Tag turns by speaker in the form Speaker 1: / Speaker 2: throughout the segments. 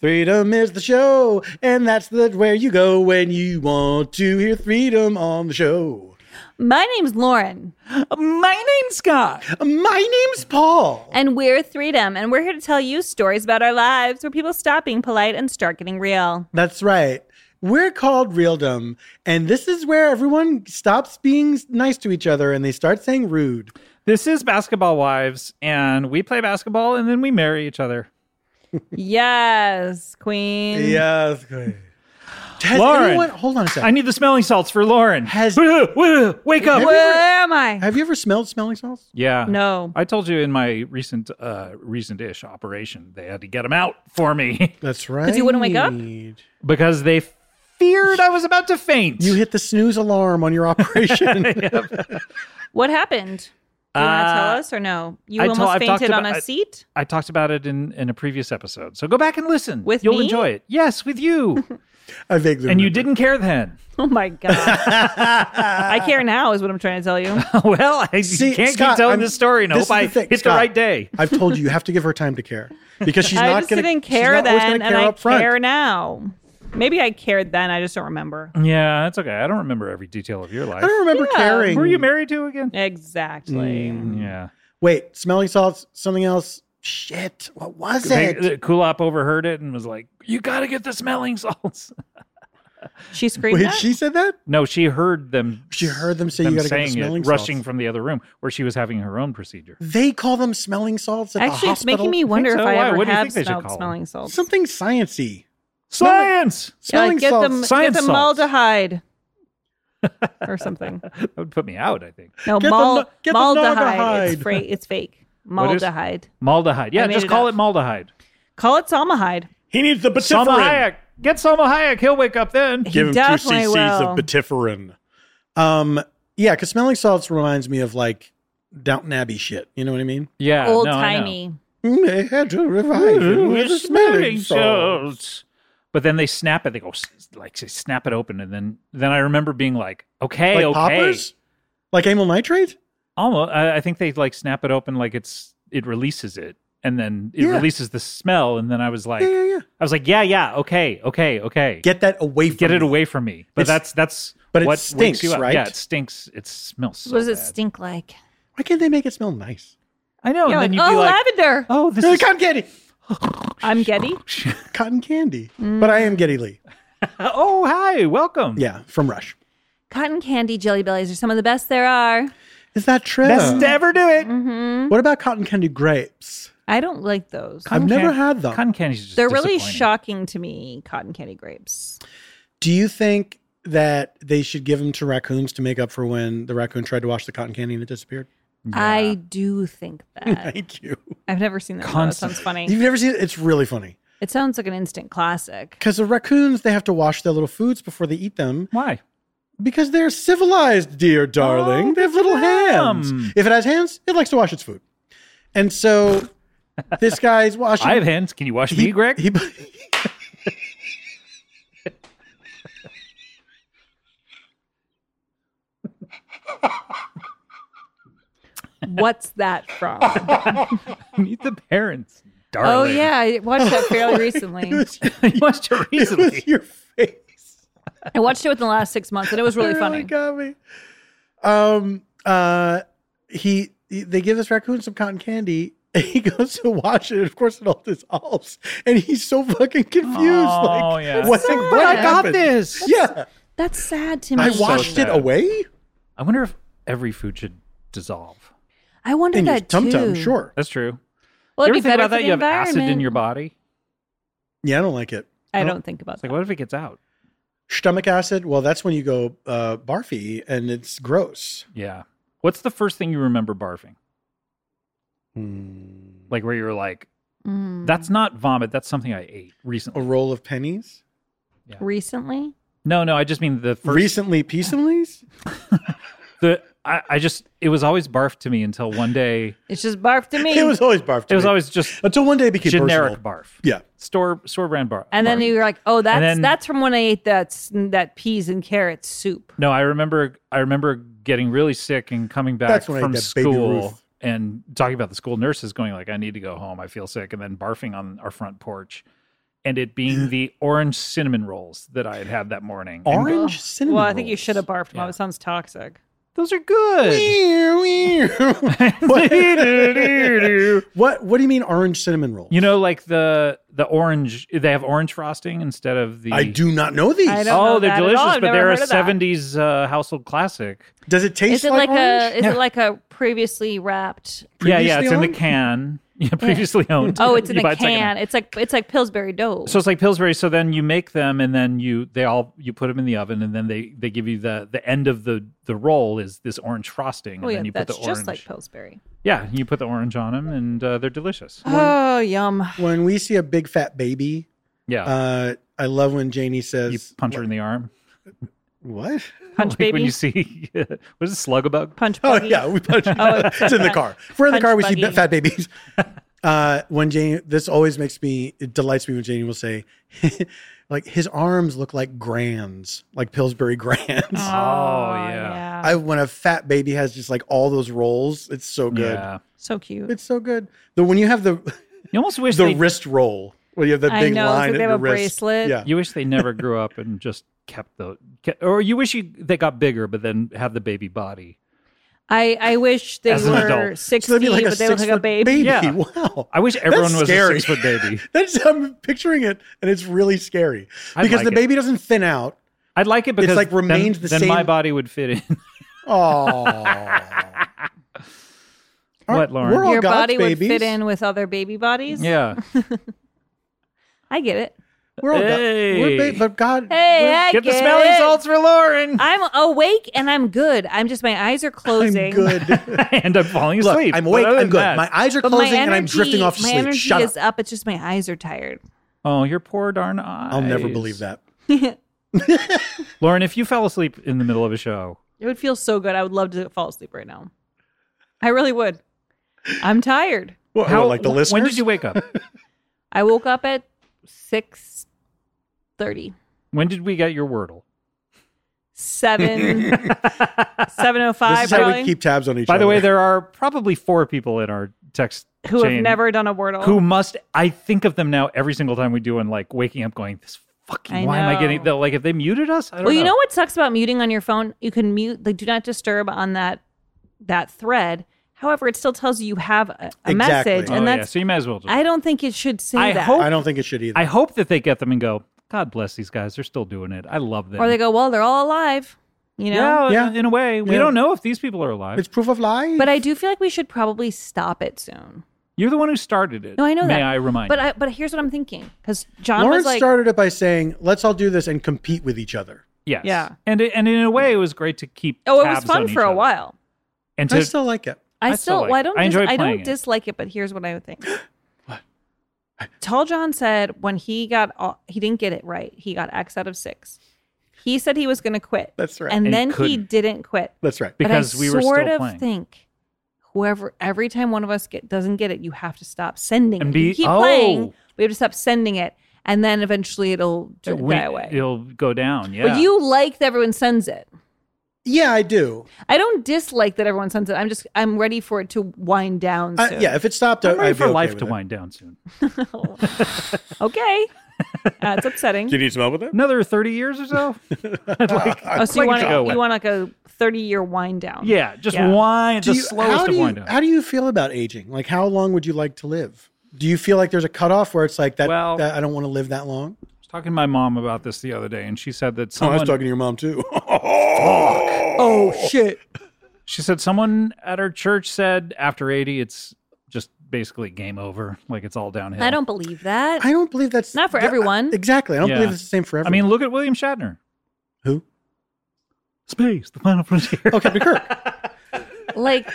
Speaker 1: Freedom is the show, and that's the where you go when you want to hear freedom on the show.
Speaker 2: My name's Lauren,
Speaker 3: My name's Scott.
Speaker 1: My name's Paul.
Speaker 2: and we're Freedom, and we're here to tell you stories about our lives where people stop being polite and start getting real.
Speaker 1: That's right. We're called Realdom, and this is where everyone stops being nice to each other and they start saying rude.
Speaker 3: This is Basketball Wives, and we play basketball and then we marry each other.
Speaker 2: yes, Queen.
Speaker 1: Yes. Queen. Has
Speaker 3: Lauren.
Speaker 1: anyone? Hold on a
Speaker 3: I
Speaker 1: second.
Speaker 3: need the smelling salts for Lauren.
Speaker 1: Has-
Speaker 3: Wake up.
Speaker 2: Where am I?
Speaker 1: Have you ever smelled smelling salts?
Speaker 3: Yeah.
Speaker 2: No.
Speaker 3: I told you in my recent uh recent ish operation they had to get them out for me
Speaker 1: That's right.
Speaker 2: 'Cause you wouldn't wake up?
Speaker 1: You
Speaker 3: because they feared I was about to faint.
Speaker 1: hit the snooze alarm on your operation.
Speaker 2: What happened? Do you want to
Speaker 3: Uh,
Speaker 2: tell us or no? You
Speaker 3: I
Speaker 2: almost
Speaker 3: told- I've talked
Speaker 2: fainted on
Speaker 3: about-
Speaker 2: a
Speaker 3: I-
Speaker 2: seat.
Speaker 3: I talked about it in in a previous episode. So go back and listen.
Speaker 2: With
Speaker 3: You'll
Speaker 2: me?
Speaker 3: enjoy it. Yes, with you.
Speaker 1: I vaguely
Speaker 3: and you
Speaker 1: remember.
Speaker 3: didn't care then.
Speaker 2: Oh my god! I care now is what I'm trying to tell you.
Speaker 3: well, I
Speaker 1: See,
Speaker 3: can't
Speaker 1: Scott,
Speaker 3: keep telling
Speaker 1: I'm-
Speaker 3: this story and
Speaker 1: this is
Speaker 3: hope I
Speaker 1: the thing,
Speaker 3: hit
Speaker 1: Scott.
Speaker 3: the right day.
Speaker 1: I've told you, you have to give her time to care because she's
Speaker 2: I
Speaker 1: not
Speaker 2: just
Speaker 1: going to.
Speaker 2: didn't care then, and I
Speaker 1: up front.
Speaker 2: care now. Maybe I cared then. I just don't remember.
Speaker 3: Yeah, that's okay. I don't remember every detail of your life.
Speaker 1: I don't remember
Speaker 2: Yeah.
Speaker 1: caring. Mm.
Speaker 3: Who are you married to again?
Speaker 2: Exactly.
Speaker 3: Yeah.
Speaker 1: Wait, smelling salts, something else. Shit, what was
Speaker 3: They-
Speaker 1: it?
Speaker 3: uh, Kulop overheard it and was like, "You got to get the smelling salts."
Speaker 2: She screamed.
Speaker 1: Wait,
Speaker 2: that?
Speaker 1: she said that?
Speaker 3: no, she heard them.
Speaker 1: She heard them say you
Speaker 3: them
Speaker 1: gotta get the
Speaker 3: saying
Speaker 1: smelling
Speaker 3: it, rushing
Speaker 1: salts.
Speaker 3: from the other room where she was having her own procedure.
Speaker 1: They call them smelling salts at
Speaker 2: Actually,
Speaker 1: the
Speaker 2: it's
Speaker 1: hospital.
Speaker 2: making me wonder if
Speaker 3: so.
Speaker 2: I
Speaker 3: Why?
Speaker 2: ever
Speaker 3: What do you
Speaker 2: have
Speaker 3: think they should
Speaker 2: smelled
Speaker 3: call them?
Speaker 2: smelling salts.
Speaker 1: something sciency.
Speaker 3: Science.
Speaker 2: Yeah,
Speaker 1: Smelling
Speaker 2: get
Speaker 1: salts.
Speaker 2: them,
Speaker 3: Science
Speaker 2: get them
Speaker 3: salts.
Speaker 2: maldehyde or something.
Speaker 3: that would put me out. I think
Speaker 2: No,
Speaker 1: Get them
Speaker 2: mal,
Speaker 1: ma- get them
Speaker 2: maldehyde. It's,
Speaker 1: maldehyde.
Speaker 2: fra- it's fake.
Speaker 3: What is-
Speaker 2: Maldehyde.
Speaker 3: maldehyde.
Speaker 2: I
Speaker 3: Yeah,
Speaker 2: made
Speaker 3: just
Speaker 2: it
Speaker 3: call
Speaker 2: up.
Speaker 3: it maldehyde.
Speaker 2: Call it salmahyde.
Speaker 1: He needs the
Speaker 3: Salma Hayek. Get Salma Hayek. He'll wake up then.
Speaker 1: Give him two
Speaker 2: definitely
Speaker 1: cc's
Speaker 2: will.
Speaker 1: of betiferin. Um, yeah, because smelling salts reminds me of like Downton Abbey shit. You know what I mean?
Speaker 3: Yeah,
Speaker 2: Old
Speaker 3: no, I know.
Speaker 2: timey.
Speaker 1: Mm, They had to revive him
Speaker 3: Ooh,
Speaker 1: with a
Speaker 3: it's
Speaker 1: smelling salt.
Speaker 3: salts. But then they snap it. They go s- like they snap it open, and then then I remember being like, okay,
Speaker 1: Like
Speaker 3: okay.
Speaker 1: poppers? Like amyl nitrate?
Speaker 3: Almost. I, I think they like snap it open like it's it releases it, and then it
Speaker 1: Yeah.
Speaker 3: releases the smell. And then I was like,
Speaker 1: yeah, yeah, yeah.
Speaker 3: I was like, yeah, yeah, okay, okay, okay.
Speaker 1: Get that away from
Speaker 3: Get it
Speaker 1: me.
Speaker 3: away from me. But
Speaker 1: It's-
Speaker 3: that's that's
Speaker 1: but it
Speaker 3: what
Speaker 1: stinks,
Speaker 3: wakes you up.
Speaker 1: right?
Speaker 3: Yeah, it stinks. It smells. So
Speaker 2: what does it
Speaker 3: bad.
Speaker 2: stink like?
Speaker 1: Why can't they make it smell nice?
Speaker 3: I know.
Speaker 2: You're like,
Speaker 3: and then you'd
Speaker 2: oh,
Speaker 3: be like,
Speaker 2: lavender.
Speaker 3: oh, this
Speaker 1: Uh,
Speaker 3: is
Speaker 1: Cotton candy.
Speaker 2: I'm Getty.
Speaker 1: Cotton candy. But I am Getty Lee.
Speaker 3: oh, hi, welcome.
Speaker 1: Yeah, from Rush.
Speaker 2: Cotton candy jelly bellies are some of the best there are. Mm-hmm.
Speaker 1: Is that true?
Speaker 3: Best to ever do it.
Speaker 1: What about cotton candy grapes?
Speaker 2: I don't like those.
Speaker 1: I've never had them.
Speaker 3: Cotton candy's just
Speaker 2: They're really
Speaker 3: disappointing.
Speaker 2: shocking to me, cotton candy grapes.
Speaker 1: Do you think that they should give them to raccoons to make up for when the raccoon tried to wash the cotton candy and it disappeared?
Speaker 2: I do think that.
Speaker 1: Thank you.
Speaker 2: I've never seen that. though. That sounds funny.
Speaker 1: You've never seen it? It's really funny.
Speaker 2: It sounds like an instant classic.
Speaker 1: Because the raccoons, they have to wash their little foods before they eat them
Speaker 3: Why?
Speaker 1: because they're civilized, dear darling.
Speaker 3: Oh,
Speaker 1: they have little
Speaker 3: look at
Speaker 1: hands.
Speaker 3: them.
Speaker 1: If it has hands, it likes to wash its food. And so this guy's washing.
Speaker 3: I have hands. Can you wash me, Greg?
Speaker 1: He,
Speaker 2: What's that from?
Speaker 3: Meet the parents, darling.
Speaker 2: oh yeah, I watched that fairly recently.
Speaker 3: you watched it
Speaker 1: it
Speaker 3: recently.
Speaker 1: was your face.
Speaker 2: I watched it within the last six months, and it was really
Speaker 1: It
Speaker 2: funny.
Speaker 1: got me. Um. Uh. He they give this raccoon some cotton candy. And he goes to wash it. and Of course, it all dissolves, and he's so fucking confused.
Speaker 3: Oh,
Speaker 1: like,
Speaker 3: yeah.
Speaker 1: what,
Speaker 2: Sad.
Speaker 1: what
Speaker 2: I
Speaker 3: I got
Speaker 1: happened?
Speaker 3: this.
Speaker 1: Yeah,
Speaker 2: That's sad to me.
Speaker 1: I
Speaker 3: so
Speaker 1: washed
Speaker 3: sad.
Speaker 1: it away
Speaker 3: I wonder if every food should dissolve.
Speaker 2: I wonder
Speaker 1: in your
Speaker 2: that
Speaker 1: tum tum.
Speaker 2: too.
Speaker 1: Sure.
Speaker 3: That's true.
Speaker 2: Well,
Speaker 3: you
Speaker 2: it'd
Speaker 3: ever
Speaker 2: be
Speaker 3: think
Speaker 2: better
Speaker 3: about
Speaker 2: for
Speaker 3: that?
Speaker 2: the
Speaker 3: You have acid in
Speaker 2: environment.
Speaker 3: your body.
Speaker 1: Yeah, I don't like it.
Speaker 2: I don't think about
Speaker 3: It's like,
Speaker 2: that.
Speaker 3: what if it gets out?
Speaker 1: Stomach acid. Well, that's when you go uh, barfy, and it's gross.
Speaker 3: Yeah. What's the first thing you remember barfing?
Speaker 1: Hmm.
Speaker 3: Like where you were like,
Speaker 2: Mm.
Speaker 3: that's not vomit. That's something I ate
Speaker 1: A
Speaker 3: recently.
Speaker 1: roll of pennies.
Speaker 2: recently.
Speaker 3: No, no. I just mean the first.
Speaker 1: Recently, peaceablies.
Speaker 3: the I, I just it was always barf to me until one day.
Speaker 2: It's just barf to me.
Speaker 1: It was always barf. to
Speaker 3: It was
Speaker 1: me.
Speaker 3: always just
Speaker 1: until one day it became
Speaker 3: generic
Speaker 1: personal.
Speaker 3: barf.
Speaker 1: Yeah.
Speaker 3: Store store brand barf.
Speaker 2: and then
Speaker 3: barf.
Speaker 2: you were like, "Oh, that's
Speaker 3: then-
Speaker 2: that's from when I ate that s- that peas and carrots soup."
Speaker 3: No, I remember. I remember getting really sick and coming back
Speaker 1: That's when I
Speaker 3: from
Speaker 1: had that baby
Speaker 3: school
Speaker 1: Ruth.
Speaker 3: and talking about the school nurses going like, "I need to go home. I feel sick," and then barfing on our front porch, and it being the orange cinnamon rolls that I had had that morning. And
Speaker 1: Orange cinnamon.
Speaker 2: Well, I think you
Speaker 1: rolls.
Speaker 2: should have barfed, Mom.
Speaker 3: Yeah.
Speaker 2: It sounds toxic.
Speaker 3: those are good.
Speaker 1: what What do you mean orange cinnamon rolls?
Speaker 3: you know, like the the orange. They have orange frosting instead of the.
Speaker 1: I do not know these.
Speaker 2: I don't-
Speaker 3: Oh,
Speaker 2: know
Speaker 3: they're
Speaker 2: that at all.
Speaker 3: delicious,
Speaker 2: I've
Speaker 3: but
Speaker 2: never
Speaker 3: they're a
Speaker 2: heard of that.
Speaker 3: '70s uh, household classic.
Speaker 1: Does it taste
Speaker 2: Is it like,
Speaker 1: orange?
Speaker 2: a is it like a previously wrapped?
Speaker 3: yeah, yeah,
Speaker 1: Previously
Speaker 3: it's in
Speaker 1: owned?
Speaker 3: the can. Yeah, previously owned.
Speaker 2: Oh, it's in
Speaker 3: You buy
Speaker 2: a
Speaker 3: it secondhand.
Speaker 2: can. It's like it's like Pillsbury dough.
Speaker 3: So it's like Pillsbury. So then you make them, and then you they all you put them in the oven, and then they they give you the the end of the the roll is this orange frosting,
Speaker 2: oh
Speaker 3: and
Speaker 2: yeah,
Speaker 3: then you put
Speaker 2: that's
Speaker 3: the orange.
Speaker 2: just like Pillsbury.
Speaker 3: yeah, you put the orange on them, and uh, they're delicious.
Speaker 2: Oh yum!
Speaker 1: when we see a big fat baby?
Speaker 3: Yeah,
Speaker 1: Uh, I love when Janie
Speaker 3: you
Speaker 1: says,
Speaker 3: punch her in the arm.
Speaker 1: "What?"
Speaker 2: Punch
Speaker 3: like
Speaker 2: baby.
Speaker 3: when you see what is it, slug a bug?
Speaker 2: Punch
Speaker 1: Oh
Speaker 2: buggy.
Speaker 1: yeah, we punch.
Speaker 2: Oh,
Speaker 1: it's in the car. If we're in the
Speaker 2: Punch
Speaker 1: car, we see
Speaker 2: buggy.
Speaker 1: fat babies. Uh, when Janie, this always makes me. It delights me when Janie will say, "Like his arms look like grands, like Pillsbury grands."
Speaker 2: Oh,
Speaker 3: yeah.
Speaker 2: yeah.
Speaker 1: I when a fat baby has just like all those rolls, it's so good.
Speaker 3: Yeah,
Speaker 2: so cute.
Speaker 1: It's so good. The when you have the
Speaker 3: you almost wish
Speaker 1: the
Speaker 3: they
Speaker 1: wrist roll, where you have that
Speaker 2: I
Speaker 1: big
Speaker 2: know, it's
Speaker 1: line
Speaker 2: like
Speaker 1: at
Speaker 2: they have a
Speaker 1: your wrist.
Speaker 2: bracelet.
Speaker 1: Yeah.
Speaker 3: you wish they never grew up and just kept the kept, or you wish you they got bigger, but then have the baby body.
Speaker 2: I, I wish they
Speaker 3: As an
Speaker 2: were
Speaker 3: adult.
Speaker 2: sixty,
Speaker 1: that'd be like a
Speaker 2: but they look like a
Speaker 1: six-foot
Speaker 2: baby.
Speaker 3: Yeah.
Speaker 1: Wow.
Speaker 3: I wish everyone was
Speaker 1: scary.
Speaker 3: a six foot baby.
Speaker 1: That's I'm picturing it, and it's really scary
Speaker 3: I'd
Speaker 1: because the
Speaker 3: like it.
Speaker 1: baby doesn't thin out.
Speaker 3: I'd like it
Speaker 1: It's
Speaker 3: because
Speaker 1: like
Speaker 3: then-
Speaker 1: remained the
Speaker 3: then my
Speaker 1: same-
Speaker 3: body would fit in.
Speaker 1: Oh.
Speaker 3: What, Lauren?
Speaker 1: We're all
Speaker 2: Your
Speaker 1: God's
Speaker 2: body
Speaker 1: babies.
Speaker 2: would fit in with other baby bodies.
Speaker 3: yeah.
Speaker 2: I get it.
Speaker 1: We're all God- we're
Speaker 3: Hey.
Speaker 1: ba- but God.
Speaker 2: Hey,
Speaker 1: we're-
Speaker 2: I
Speaker 3: Get
Speaker 2: get
Speaker 3: the smelling
Speaker 2: it.
Speaker 3: salts for Lauren.
Speaker 2: I'm awake and I'm good. I'm just my eyes are closing.
Speaker 1: I'm good.
Speaker 3: and I'm falling
Speaker 1: Look,
Speaker 3: asleep.
Speaker 1: I'm
Speaker 3: But
Speaker 1: awake.
Speaker 3: other
Speaker 1: I'm
Speaker 3: than
Speaker 1: good.
Speaker 3: that-
Speaker 1: My eyes are
Speaker 2: But
Speaker 1: closing,
Speaker 2: my energy,
Speaker 1: and I'm drifting off to
Speaker 2: my
Speaker 1: sleep.
Speaker 2: energy
Speaker 1: Shut
Speaker 2: is
Speaker 1: up.
Speaker 2: up. It's just my eyes are tired.
Speaker 3: oh, your poor darn eyes.
Speaker 1: I'll never believe that.
Speaker 3: Lauren, if you fell asleep in the middle of a show,
Speaker 2: It would feel so good. I would love to fall asleep right now. I really would. I'm tired.
Speaker 1: What,
Speaker 3: how
Speaker 1: like the
Speaker 3: when
Speaker 1: listeners?
Speaker 3: did you wake up?
Speaker 2: I woke up at six thirty.
Speaker 3: when did we get your Wordle?
Speaker 2: Seven seven oh
Speaker 1: This
Speaker 2: five
Speaker 1: is how
Speaker 2: probably
Speaker 1: we keep tabs on each
Speaker 3: By
Speaker 1: other.
Speaker 3: the way, there are probably four people in our text
Speaker 2: who
Speaker 3: chain
Speaker 2: have never done a wordle.
Speaker 3: who must. I think of them now every single time we do, and like waking up going, "This fucking.
Speaker 2: I
Speaker 3: why am I getting?
Speaker 2: know.
Speaker 3: They're like if they muted us, I don't
Speaker 2: Well,
Speaker 3: know.
Speaker 2: you know what sucks about muting on your phone? You can mute like do not disturb on that that thread. However, it still tells you you have a, a
Speaker 1: Exactly.
Speaker 2: message,
Speaker 3: oh,
Speaker 2: and
Speaker 3: yeah.
Speaker 2: that's
Speaker 3: So you might as well. Just,
Speaker 2: I don't think it should say
Speaker 3: I
Speaker 2: that.
Speaker 3: hope-
Speaker 1: I don't think it should either.
Speaker 3: I hope that they get them and go. God bless these guys. They're still doing it. I love them.
Speaker 2: or they go, well, they're all alive, you know.
Speaker 3: Yeah,
Speaker 1: Yeah.
Speaker 3: in- in a way. We
Speaker 1: Yeah.
Speaker 3: don't know if these people are alive.
Speaker 1: it's proof of life.
Speaker 2: But I do feel like we should probably stop it soon.
Speaker 3: You're the one who started it.
Speaker 2: No, I know
Speaker 3: May
Speaker 2: that.
Speaker 3: I remind
Speaker 2: But
Speaker 3: you?
Speaker 2: I, but here's what I'm thinking because John
Speaker 1: Lawrence
Speaker 2: was like,
Speaker 1: started it by saying, "Let's all do this and compete with each other."
Speaker 3: yes.
Speaker 2: Yeah.
Speaker 3: And it, and in a way, it was great to keep.
Speaker 2: oh, it was
Speaker 3: tabs
Speaker 2: fun
Speaker 3: on each
Speaker 2: for a
Speaker 3: other.
Speaker 2: while.
Speaker 3: And
Speaker 1: I
Speaker 3: to
Speaker 1: still like it.
Speaker 2: I,
Speaker 3: I still
Speaker 2: still,
Speaker 3: like
Speaker 2: well, I
Speaker 3: it.
Speaker 2: don't,
Speaker 3: I
Speaker 2: dis-
Speaker 3: enjoyed
Speaker 2: I
Speaker 3: playing
Speaker 2: don't
Speaker 3: it.
Speaker 2: dislike it, but here's what I would think. Tall John said when he got, all, he didn't get it right. He got X out of six. He said he was going to quit,
Speaker 1: That's right.
Speaker 2: and,
Speaker 3: And he
Speaker 2: then he
Speaker 3: couldn't.
Speaker 2: didn't quit.
Speaker 1: That's right.
Speaker 3: because
Speaker 2: but I
Speaker 3: we were
Speaker 2: sort
Speaker 3: still
Speaker 2: of
Speaker 3: playing.
Speaker 2: think whoever every time one of us get doesn't get it, you have to stop sending.
Speaker 3: And
Speaker 2: it. You
Speaker 3: be-
Speaker 2: keep
Speaker 3: oh.
Speaker 2: playing. We have to stop sending it, and then eventually it'll d-
Speaker 3: We-
Speaker 2: die away.
Speaker 3: It'll go down. Yeah.
Speaker 2: But you like that everyone sends it.
Speaker 1: Yeah, I do.
Speaker 2: I don't dislike that everyone sends it. I'm just I'm ready for it to wind down.
Speaker 1: I,
Speaker 2: soon.
Speaker 1: yeah, if it stopped,
Speaker 3: I'm
Speaker 1: I,
Speaker 3: ready
Speaker 1: I'd be
Speaker 3: for
Speaker 1: okay
Speaker 3: life
Speaker 1: with
Speaker 3: to
Speaker 1: it.
Speaker 3: wind down soon.
Speaker 2: okay. That's upsetting.
Speaker 1: you need some help with it?
Speaker 3: Another thirty years or so. I'd like,
Speaker 2: Oh, so you
Speaker 3: Uh,
Speaker 2: want
Speaker 3: like it to go away.
Speaker 2: you want like a 30 year wind down.
Speaker 3: Yeah, just
Speaker 2: Yeah.
Speaker 3: wind
Speaker 1: Do
Speaker 3: the
Speaker 1: you-
Speaker 3: slowest
Speaker 1: how
Speaker 3: of
Speaker 1: do you,
Speaker 3: wind down.
Speaker 1: How do you feel about aging? Like, how long would you like to live? Do you feel like there's a cutoff where it's like that?
Speaker 3: Well-
Speaker 1: that I don't want to live that long.
Speaker 3: I was talking to my mom about this the other day, and she said
Speaker 1: Oh,
Speaker 3: that
Speaker 1: I
Speaker 3: someone.
Speaker 1: was talking to your mom too. Oh shit!
Speaker 3: She said someone at her church said after eighty, it's just basically game over. Like it's all downhill.
Speaker 2: I don't believe that.
Speaker 1: I don't believe that's
Speaker 2: Not for everyone.
Speaker 1: Exactly. I don't
Speaker 3: Yeah.
Speaker 1: believe it's the same for
Speaker 3: I
Speaker 1: everyone.
Speaker 3: mean, look at William Shatner.
Speaker 1: who?
Speaker 3: Space, the final frontier.
Speaker 1: Oh, Captain Kirk.
Speaker 2: like,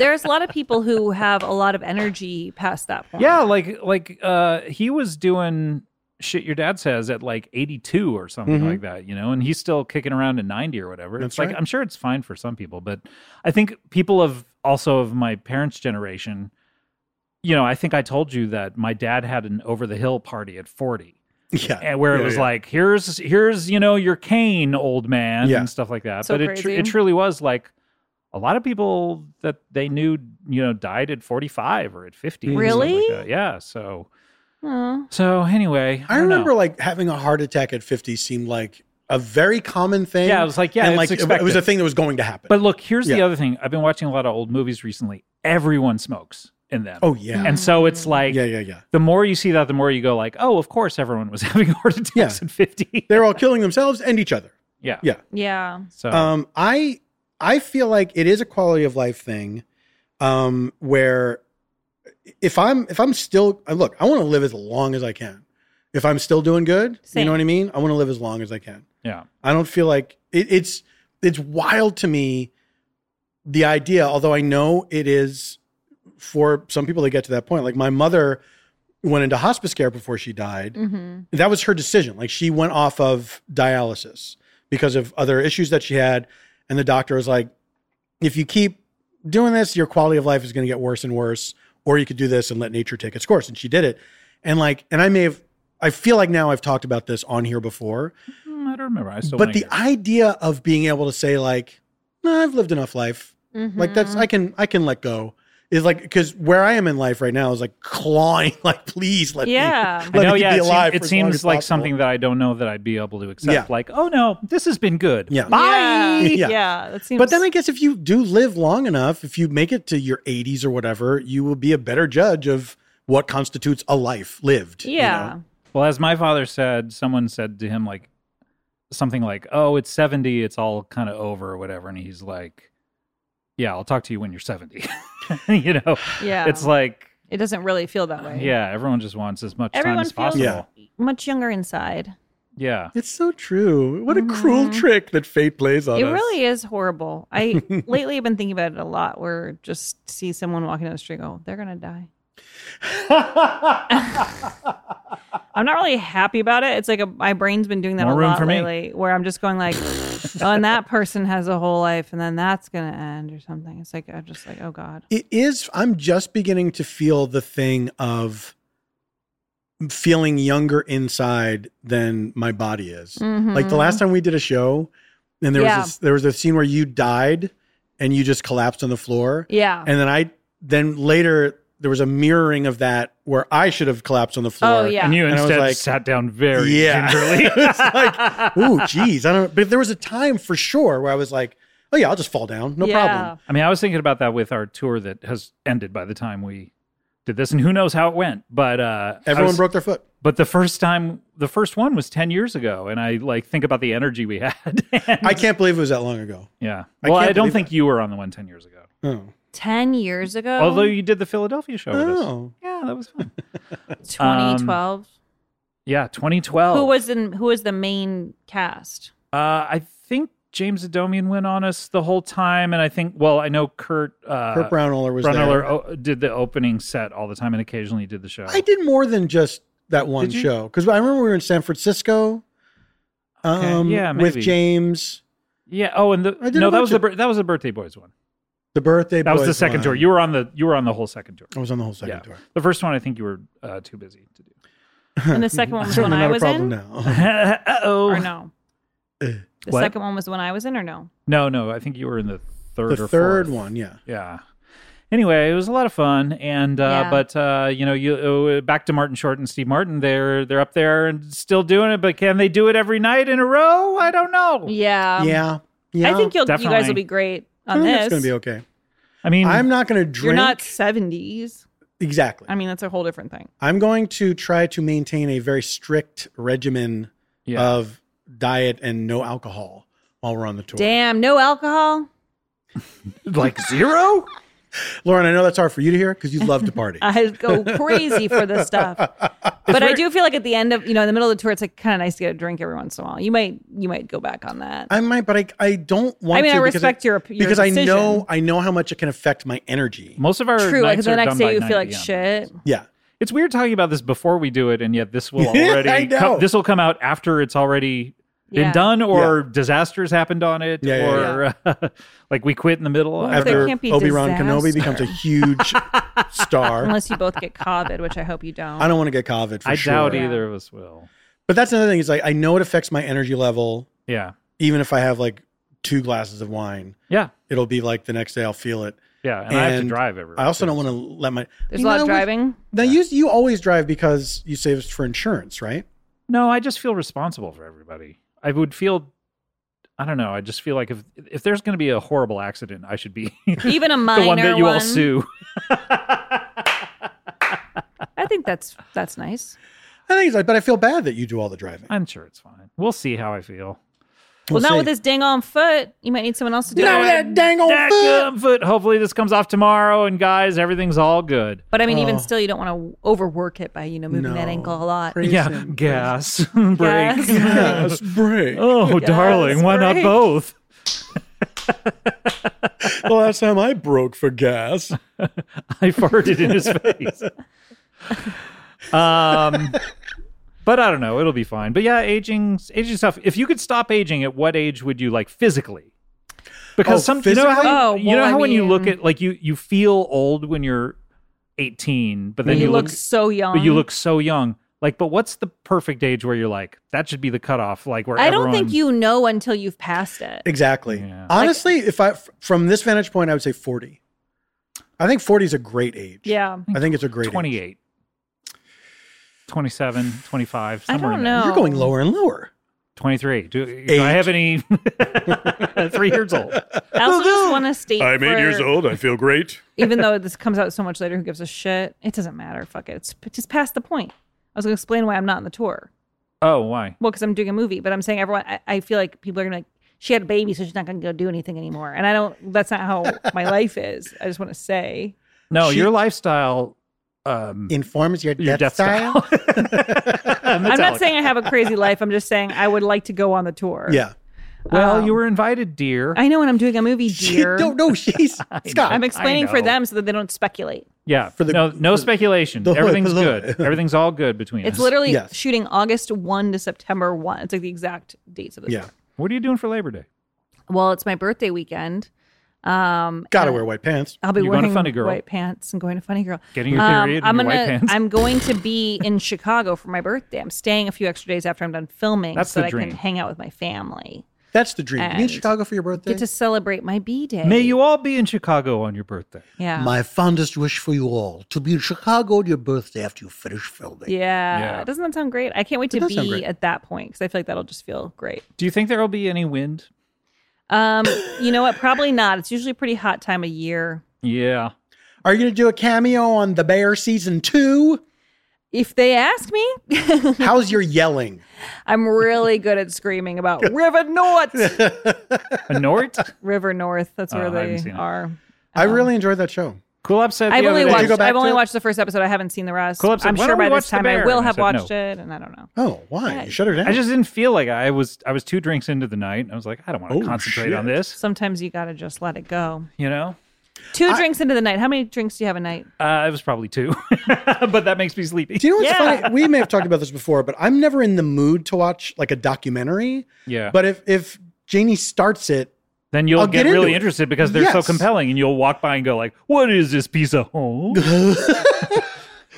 Speaker 2: there's a lot of people who have a lot of energy past that point.
Speaker 3: Yeah, like like uh he was doing shit your dad says at like 82 or something
Speaker 1: Mhm.
Speaker 3: like that, you know, and he's still kicking around at 90 or whatever.
Speaker 1: That's
Speaker 3: it's like
Speaker 1: right.
Speaker 3: I'm sure it's fine for some people, but I think people of also of my parents' generation, you know, I think I told you that my dad had an over the hill party at 40
Speaker 1: Yeah.
Speaker 3: and where
Speaker 1: Yeah,
Speaker 3: it was
Speaker 1: yeah.
Speaker 3: like here's here's you know your cane old man
Speaker 1: Yeah.
Speaker 3: and stuff like that
Speaker 2: So
Speaker 3: but it tr-
Speaker 2: crazy.
Speaker 3: it truly was like a lot of people that they knew you know died at 45 or at 50 or something like
Speaker 2: Really?
Speaker 3: that. yeah so
Speaker 2: Aw.
Speaker 3: so oh, anyway
Speaker 1: I
Speaker 3: don't know.
Speaker 1: remember like having a heart attack at 50 seemed like a very common thing.
Speaker 3: yeah i was like yeah
Speaker 1: and like
Speaker 3: it's
Speaker 1: it- it was
Speaker 3: expected.
Speaker 1: a thing that was going to happen.
Speaker 3: but look here's the
Speaker 1: Yeah.
Speaker 3: other thing i've been watching a lot of old movies recently everyone smokes in them
Speaker 1: oh yeah.
Speaker 3: and so it's like
Speaker 1: yeah, yeah, yeah.
Speaker 3: the more you see that the more you go like oh of course everyone was having heart attacks
Speaker 1: Yeah.
Speaker 3: at 50
Speaker 1: They're all killing themselves and each other.
Speaker 3: yeah
Speaker 1: Yeah.
Speaker 2: Yeah.
Speaker 3: so
Speaker 1: Um, I I feel like it is a quality of life thing, um, where if I'm if I'm still uh, look, I want to live as long as I can. If I'm still doing good, you
Speaker 2: Same.
Speaker 1: know what I mean. I want to live as long as I can.
Speaker 3: yeah
Speaker 1: I don't feel like it, it's it's wild to me the idea, although I know it is for some people that get to that point. Like my mother went into hospice care before she died.
Speaker 4: Mm-hmm.
Speaker 2: hmm
Speaker 1: That was her decision. Like she went off of dialysis because of other issues that she had, and the doctor was like, "If you keep doing this, your quality of life is going to get worse and worse, or you could do this and let nature take its course." And she did it. And like, and I may have, I feel like now I've talked about this on here before,
Speaker 3: Mm, i don't remember i still
Speaker 1: but
Speaker 3: wanna
Speaker 1: the
Speaker 3: hear.
Speaker 1: idea of being able to say like "Nah, i've lived enough life
Speaker 2: Mm-hmm.
Speaker 1: like that's i can i can let go is like because where i am in life right now is like clawing like please let
Speaker 2: Yeah.
Speaker 1: me let me be
Speaker 3: it seem-
Speaker 1: alive
Speaker 3: it
Speaker 1: for as long
Speaker 3: seems
Speaker 1: as
Speaker 3: like
Speaker 1: possible."
Speaker 3: something that I don't know that I'd be able to accept.
Speaker 1: Yeah.
Speaker 3: Like, oh no, this has been good.
Speaker 1: Yeah.
Speaker 2: Bye.
Speaker 3: Bye.
Speaker 2: Yeah.
Speaker 1: Yeah.
Speaker 2: That seems.
Speaker 1: but then i guess if you do live long enough if you make it to your 80s or whatever you will be a better judge of what constitutes a life lived you
Speaker 2: Yeah.
Speaker 1: know?
Speaker 3: Well, as my father said, someone said to him like something like, "Oh, it's seventy. It's all kind of over, or whatever." And he's like, "Yeah, I'll talk to you when you're 70. you know,
Speaker 2: yeah.
Speaker 3: it's like,
Speaker 2: it doesn't really feel that way.
Speaker 3: yeah, everyone just wants as much time
Speaker 2: Everyone
Speaker 3: as
Speaker 2: feels
Speaker 3: possible.
Speaker 1: Yeah.
Speaker 2: much younger inside.
Speaker 3: yeah.
Speaker 1: it's so true what a cruel trick that fate plays on
Speaker 2: Mm-hmm. It
Speaker 1: us
Speaker 2: really is horrible. I lately have been thinking about it a lot where just see someone walking down the street and go, they're going to die. I'm not really happy about it. It's like a, my brain's been doing that
Speaker 3: More
Speaker 2: a
Speaker 3: room
Speaker 2: lot
Speaker 3: for me.
Speaker 2: lately where I'm just going like, oh, and that person has a whole life and then that's going to end or something. It's like, I'm just like, oh God.
Speaker 1: It is. I'm just beginning to feel the thing of feeling younger inside than my body is. Like the last time we did a show, and there
Speaker 2: Mm-hmm. Yeah.
Speaker 1: was this, there was a scene where you died and you just collapsed on the floor,
Speaker 2: Yeah.
Speaker 1: and then I then later there was a mirroring of that where I should have collapsed on the floor.
Speaker 2: Oh, yeah.
Speaker 3: And you
Speaker 1: And I was
Speaker 3: instead
Speaker 1: like,
Speaker 3: sat down very
Speaker 1: Yeah.
Speaker 3: gingerly.
Speaker 1: it's like, ooh, geez, I don't. But there was a time for sure where I was like, oh yeah, I'll just fall down, no problem.
Speaker 3: I mean, I was thinking about that with our tour that has ended by the time we did this, and who knows how it went. But uh, I
Speaker 1: Everyone
Speaker 3: was-
Speaker 1: broke their foot.
Speaker 3: But the first time, the first one was ten years ago, and I like think about the energy we had. And-
Speaker 1: I can't believe it was that long ago.
Speaker 3: yeah.
Speaker 1: I
Speaker 3: Well, I,
Speaker 1: can't
Speaker 3: don't
Speaker 1: believe
Speaker 3: think you were on the one 10 years ago.
Speaker 1: Oh.
Speaker 2: 10 years ago,
Speaker 3: Although you did the Philadelphia show with us.
Speaker 1: Oh.
Speaker 3: Yeah, that was fun.
Speaker 2: 2012.
Speaker 3: yeah, 2012.
Speaker 2: who was in, who was the main cast?
Speaker 3: Uh, I think James Adomian went on us the whole time, and I think well, I know Kurt. Uh,
Speaker 1: Kurt Brownoller was
Speaker 3: Brunneler
Speaker 1: there.
Speaker 3: o- did the opening set all the time, and occasionally did the show.
Speaker 1: I did more than just that one
Speaker 3: Did you?
Speaker 1: show because I remember we were in San Francisco. Um,
Speaker 3: yeah,
Speaker 1: with
Speaker 3: maybe.
Speaker 1: James,
Speaker 3: yeah. Oh, and the
Speaker 1: I did a
Speaker 3: no, that
Speaker 1: bunch
Speaker 3: was the
Speaker 1: of-
Speaker 3: bir- that was the Birthday Boys one.
Speaker 1: the birthday.
Speaker 3: That was the
Speaker 1: Boys
Speaker 3: second
Speaker 1: one.
Speaker 3: tour. You were on the you were on the whole second tour.
Speaker 1: I was on the whole second
Speaker 3: Yeah.
Speaker 1: tour.
Speaker 3: The first one, I think you were uh, too busy to do.
Speaker 2: And the second one was when
Speaker 1: Certainly
Speaker 2: I
Speaker 1: not a
Speaker 2: was in
Speaker 1: problem now. Eh.
Speaker 3: uh oh.
Speaker 2: or no? The
Speaker 3: What?
Speaker 2: second one was when I was in or no?
Speaker 3: No, no. I think you were in the third
Speaker 1: the
Speaker 3: or
Speaker 1: third
Speaker 3: fourth.
Speaker 1: one, yeah.
Speaker 3: Yeah. Anyway, it was a lot of fun, and uh,
Speaker 2: Yeah.
Speaker 3: but uh, you know, you uh, back to Martin Short and Steve Martin. They're they're Oh. up there and still doing it, but can they do it every night in a row? I don't know.
Speaker 2: Yeah.
Speaker 1: yeah, Yeah,
Speaker 2: Um, I think you'll, you guys
Speaker 3: definitely.
Speaker 2: will be great
Speaker 1: I
Speaker 2: on
Speaker 1: think
Speaker 2: this.
Speaker 1: it's gonna be okay.
Speaker 3: I mean,
Speaker 1: I'm not gonna drink.
Speaker 2: You're not 70s.
Speaker 1: exactly.
Speaker 2: I mean, that's a whole different thing.
Speaker 1: I'm going to try to maintain a very strict regimen
Speaker 3: yeah.
Speaker 1: of diet and no alcohol while we're on the tour.
Speaker 2: Damn, no alcohol.
Speaker 3: like zero.
Speaker 1: Lauren, I know that's hard for you to hear because you love to party.
Speaker 2: I go crazy for this stuff. But I do feel like at the end of you know in the middle of the tour, it's like kind of nice to get a drink every once in a while. You might you might go back on that.
Speaker 1: I might, but I, I don't want
Speaker 2: I mean,
Speaker 1: to
Speaker 2: I
Speaker 1: because
Speaker 2: respect your- your
Speaker 1: because I know
Speaker 2: decision.
Speaker 1: I know how much it can affect my energy.
Speaker 3: Most of our
Speaker 2: True, like
Speaker 3: nights
Speaker 2: the
Speaker 3: are
Speaker 2: next
Speaker 3: done
Speaker 2: day
Speaker 3: by
Speaker 2: you feel
Speaker 3: 9
Speaker 2: like
Speaker 3: p.m.
Speaker 2: shit.
Speaker 1: Yeah,
Speaker 3: It's weird talking about this before we do it, and yet this will
Speaker 1: Yeah,
Speaker 3: already
Speaker 1: I know.
Speaker 3: come- this will come out after it's already
Speaker 2: Yeah.
Speaker 3: been done, or disasters happened on it,
Speaker 1: Yeah, yeah,
Speaker 3: or uh, like we quit in the middle.
Speaker 2: Well,
Speaker 3: I don't
Speaker 2: there
Speaker 1: after
Speaker 3: know.
Speaker 2: can't be
Speaker 1: Obi Wan
Speaker 2: disaster.
Speaker 1: Kenobi becomes a huge star.
Speaker 2: Unless you both get COVID, which I hope you don't.
Speaker 1: I don't want to get COVID. For
Speaker 3: I
Speaker 1: sure.
Speaker 3: doubt
Speaker 2: Yeah.
Speaker 3: either of us will.
Speaker 1: But that's another thing. Is like I know it affects my energy level.
Speaker 3: Yeah,
Speaker 1: Even if I have like two glasses of wine,
Speaker 3: yeah,
Speaker 1: it'll be like the next day I'll feel it.
Speaker 3: yeah. And, I have to
Speaker 1: And
Speaker 3: drive everywhere.
Speaker 1: I also
Speaker 3: too,
Speaker 1: don't want
Speaker 3: so-
Speaker 1: to let my
Speaker 2: There's
Speaker 1: You
Speaker 2: a lot
Speaker 1: know,
Speaker 2: of
Speaker 1: we-
Speaker 2: driving.
Speaker 1: Now you you always drive because you save for insurance, right?
Speaker 3: No, I just feel responsible for everybody. I would feel. I don't know. I just feel like if if there's going to be a horrible accident, I should be
Speaker 2: Even a minor
Speaker 3: the one that you all
Speaker 2: one.
Speaker 3: sue.
Speaker 2: I think that's that's nice.
Speaker 1: I think it's like, but I feel bad that you do all the driving.
Speaker 3: I'm sure it's fine. We'll see how I feel.
Speaker 2: Well,
Speaker 1: We'll
Speaker 2: not
Speaker 1: see.
Speaker 2: with this dang on foot. You might need someone else to do
Speaker 1: Now
Speaker 2: it.
Speaker 1: that dang old
Speaker 3: That
Speaker 1: foot.
Speaker 3: gum foot. Hopefully this comes off tomorrow, and guys, everything's all good.
Speaker 2: But I mean,
Speaker 1: Oh.
Speaker 2: even still, you don't want to overwork it by you know moving that
Speaker 1: No.
Speaker 2: ankle a lot.
Speaker 1: Praise
Speaker 3: Yeah,
Speaker 1: him.
Speaker 3: gas break.
Speaker 2: Yes.
Speaker 1: Yes, break.
Speaker 3: Oh, darling, why not
Speaker 2: break.
Speaker 3: both?
Speaker 1: the last time I broke for gas.
Speaker 3: I farted in his face. Um, but I don't know. It'll be fine. But yeah, aging, aging stuff. If you could stop aging, at what age would you like physically? Because
Speaker 1: Oh,
Speaker 3: some, you know how,
Speaker 2: physically? Oh,
Speaker 3: you know
Speaker 2: well, I
Speaker 3: how when you look
Speaker 2: mean-
Speaker 3: at like you you feel old when you're 18, but then
Speaker 2: you,
Speaker 3: you,
Speaker 2: look so young.
Speaker 3: but you look so young. Like, but what's the perfect age where you're like that should be the cutoff? Like where
Speaker 2: I don't think
Speaker 3: everyone-
Speaker 2: you know until you've passed it.
Speaker 1: Exactly.
Speaker 3: Yeah.
Speaker 1: Honestly, if I f- from this vantage point, I would say forty. I think forty is a great age.
Speaker 2: Yeah.
Speaker 1: I think it's a great age.
Speaker 3: 28, 27, 25.
Speaker 2: I
Speaker 3: somewhere
Speaker 2: don't
Speaker 3: in there.
Speaker 2: know.
Speaker 1: You're going lower and lower.
Speaker 3: 23. Do, do I
Speaker 1: Eight.
Speaker 3: have any three years old?
Speaker 2: I also just want to state. for-
Speaker 1: old. I feel great.
Speaker 2: even though this comes out so much later, who gives a shit? It doesn't matter. Fuck it. It's p- just past the point. I was going to explain why I'm not on the tour.
Speaker 3: Oh, why?
Speaker 2: Well, because I'm doing a movie, but I'm saying everyone. I, I feel like people are going to like. She had a baby, so she's not going to go do anything anymore. And I don't. That's not how my life is. I just want to say.
Speaker 3: No,
Speaker 1: She-
Speaker 3: your lifestyle. Um,
Speaker 1: Informs your,
Speaker 3: your
Speaker 1: death, style.
Speaker 2: I'm not saying I have a crazy life. I'm just saying I would like to go on the tour.
Speaker 1: yeah.
Speaker 3: well,
Speaker 2: Um,
Speaker 3: you were invited, dear.
Speaker 2: I know, and I'm doing a movie,
Speaker 1: She,
Speaker 2: dear.
Speaker 1: no, no, she's Scott.
Speaker 2: I'm
Speaker 3: I
Speaker 2: explaining
Speaker 3: know.
Speaker 2: for them so that they don't speculate.
Speaker 3: yeah.
Speaker 1: for the-
Speaker 3: no, no
Speaker 1: for-
Speaker 3: speculation.
Speaker 1: the-
Speaker 3: Everything's
Speaker 1: the-
Speaker 3: good. Everything's all good between
Speaker 2: It's
Speaker 3: us.
Speaker 2: literally
Speaker 1: Yes.
Speaker 2: shooting August 1 to September 1. It's like the exact dates of the
Speaker 1: yeah.
Speaker 3: What are you doing for Labor Day?
Speaker 2: Well, it's my birthday weekend. Um,
Speaker 1: Gotta
Speaker 2: and
Speaker 1: wear white pants.
Speaker 2: I'll be
Speaker 3: You're going
Speaker 2: wearing
Speaker 3: to Funny Girl.
Speaker 2: white pants and going to Funny Girl.
Speaker 3: Getting your
Speaker 2: Um,
Speaker 3: period
Speaker 2: I'm
Speaker 3: and your
Speaker 2: gonna.
Speaker 3: white pants.
Speaker 2: I'm going to be in Chicago for my birthday. I'm staying a few extra days after I'm done filming,
Speaker 3: That's
Speaker 2: so
Speaker 3: the
Speaker 2: that I
Speaker 3: dream.
Speaker 2: can hang out with my family.
Speaker 1: That's the dream. you in
Speaker 2: And
Speaker 1: Chicago for your birthday?
Speaker 2: Get to celebrate my b day.
Speaker 3: May you all be in Chicago on your birthday.
Speaker 2: Yeah.
Speaker 5: My fondest wish for you all to be in Chicago on your birthday after you finish filming.
Speaker 2: yeah.
Speaker 3: Yeah.
Speaker 2: Doesn't that sound great? I can't wait
Speaker 1: It
Speaker 2: to
Speaker 1: does sound
Speaker 2: be
Speaker 1: great.
Speaker 2: at that point because I feel like that'll just feel great.
Speaker 3: Do you think there will be any wind?
Speaker 2: Um, you know what? Probably not. It's usually a pretty hot time of year.
Speaker 3: Yeah.
Speaker 1: Are you gonna do a cameo on The Bear season two?
Speaker 2: If they ask me,
Speaker 1: How's your yelling?
Speaker 2: I'm really good at screaming about River North.
Speaker 3: A Nort?
Speaker 2: River North. That's where
Speaker 3: Oh, I haven't
Speaker 2: they
Speaker 3: seen it.
Speaker 2: are. Um,
Speaker 1: I really enjoyed that show.
Speaker 3: Cool upset.
Speaker 2: I've
Speaker 3: the other
Speaker 2: only
Speaker 1: Did
Speaker 3: day.
Speaker 1: you
Speaker 2: watched.
Speaker 1: go back
Speaker 2: I've only
Speaker 1: to it?
Speaker 2: watched the first episode. I haven't seen the rest.
Speaker 3: Cool episode.
Speaker 2: I'm
Speaker 3: Why
Speaker 2: sure
Speaker 3: don't we
Speaker 2: by
Speaker 3: watch
Speaker 2: this
Speaker 3: The
Speaker 2: time I
Speaker 3: Bear?
Speaker 2: will
Speaker 3: And I
Speaker 2: have
Speaker 3: said,
Speaker 2: watched
Speaker 3: no.
Speaker 2: it, and I don't know.
Speaker 1: Oh, why?
Speaker 2: Yeah.
Speaker 1: You shut her down.
Speaker 3: I just didn't feel like I was. I was two drinks into the night. and I was like, I don't want to
Speaker 1: Oh,
Speaker 3: concentrate
Speaker 1: shit.
Speaker 3: on this.
Speaker 2: Sometimes you gotta just let it go.
Speaker 3: You know,
Speaker 2: Two drinks into the night. How many drinks do you have a night?
Speaker 3: uh, it was probably two, but that makes me sleepy.
Speaker 1: Do you know what's funny? We may have talked about this before, but I'm never in the mood to watch like a documentary.
Speaker 3: Yeah.
Speaker 1: But if if Janie starts it,
Speaker 3: then you'll
Speaker 1: I'll
Speaker 3: get,
Speaker 1: get into
Speaker 3: really
Speaker 1: it.
Speaker 3: interested because they're so
Speaker 1: Yes.
Speaker 3: compelling, and you'll walk by and go like, "What is this piece of home?"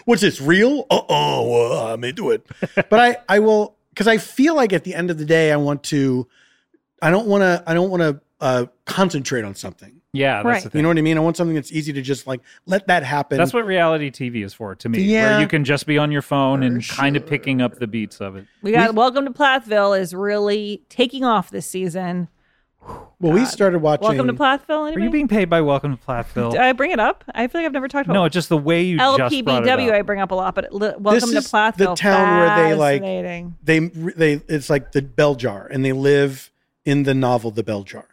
Speaker 1: what's this real? Uh oh, well, I'm into it. but I I will because I feel like at the end of the day, I want to. I don't want to. I don't want to uh, concentrate on something.
Speaker 3: yeah, that's
Speaker 2: Right.
Speaker 3: the thing.
Speaker 1: You know what I mean? I want something that's easy to just like let that happen.
Speaker 3: that's what reality TV is for, to me.
Speaker 1: Yeah.
Speaker 3: Where you can just be on your phone and kind of picking up the beats of it.
Speaker 2: We got Welcome to Plathville is really taking off this season.
Speaker 1: Well, we
Speaker 2: God.
Speaker 1: started watching.
Speaker 2: Welcome to Plathville.
Speaker 3: Are you
Speaker 2: Anybody?
Speaker 3: being paid by Welcome to Plathville?
Speaker 2: Did I bring it up? I feel like I've never talked about
Speaker 3: no, just the way you just brought it
Speaker 2: LPBW.
Speaker 3: up.
Speaker 2: I bring up a lot, but it- li- welcome to
Speaker 1: is the
Speaker 2: Plathville.
Speaker 1: town where they, like-
Speaker 2: Fascinating.
Speaker 1: they they it's like the bell jar, and they live in the novel The Bell Jar.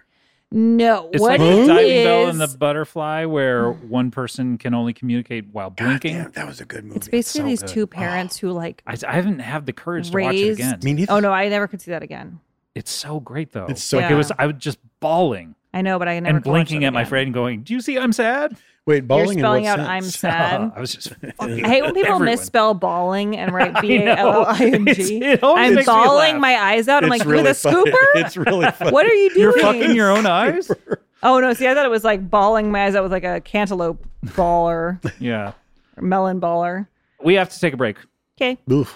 Speaker 2: No,
Speaker 3: It's
Speaker 2: what
Speaker 3: like the
Speaker 2: it
Speaker 3: diving bell and the
Speaker 2: is-
Speaker 3: butterfly, where one person can only communicate while
Speaker 1: God
Speaker 3: blinking.
Speaker 1: damn, that was a good movie.
Speaker 2: It's basically these
Speaker 3: so good.
Speaker 2: two parents who like.
Speaker 3: I, I haven't had the courage to watch it
Speaker 2: Raised-
Speaker 3: again.
Speaker 1: Me neither.
Speaker 2: Oh no, I never could see that again.
Speaker 3: It's so great though.
Speaker 1: It's so
Speaker 3: like it
Speaker 2: good.
Speaker 3: was. I was just bawling
Speaker 2: I know, but I never
Speaker 3: and
Speaker 2: could watch
Speaker 3: blinking
Speaker 2: that
Speaker 3: at my
Speaker 2: again.
Speaker 3: friend, and going, "Do you see I'm sad?"
Speaker 1: Wait, bowling in
Speaker 2: spelling out
Speaker 1: what sense?
Speaker 2: I'm sad.
Speaker 3: I was just.
Speaker 2: I
Speaker 3: fucking
Speaker 2: hate when people
Speaker 3: everyone.
Speaker 2: misspell balling and write
Speaker 3: I
Speaker 2: B
Speaker 3: know.
Speaker 2: A L I N
Speaker 3: It's-
Speaker 2: G.
Speaker 3: it always
Speaker 2: I'm
Speaker 3: makes me laugh.
Speaker 2: bawling my eyes out. I'm
Speaker 1: It's
Speaker 2: like, with a
Speaker 1: funny.
Speaker 2: scooper?
Speaker 1: It's really funny.
Speaker 2: What are you doing?
Speaker 3: You're fucking your own eyes.
Speaker 2: Oh no! See, I thought it was like bawling my eyes out with like a cantaloupe baller,
Speaker 3: yeah,
Speaker 2: or melon baller.
Speaker 3: we have to take a break.
Speaker 2: Okay.
Speaker 1: Oof.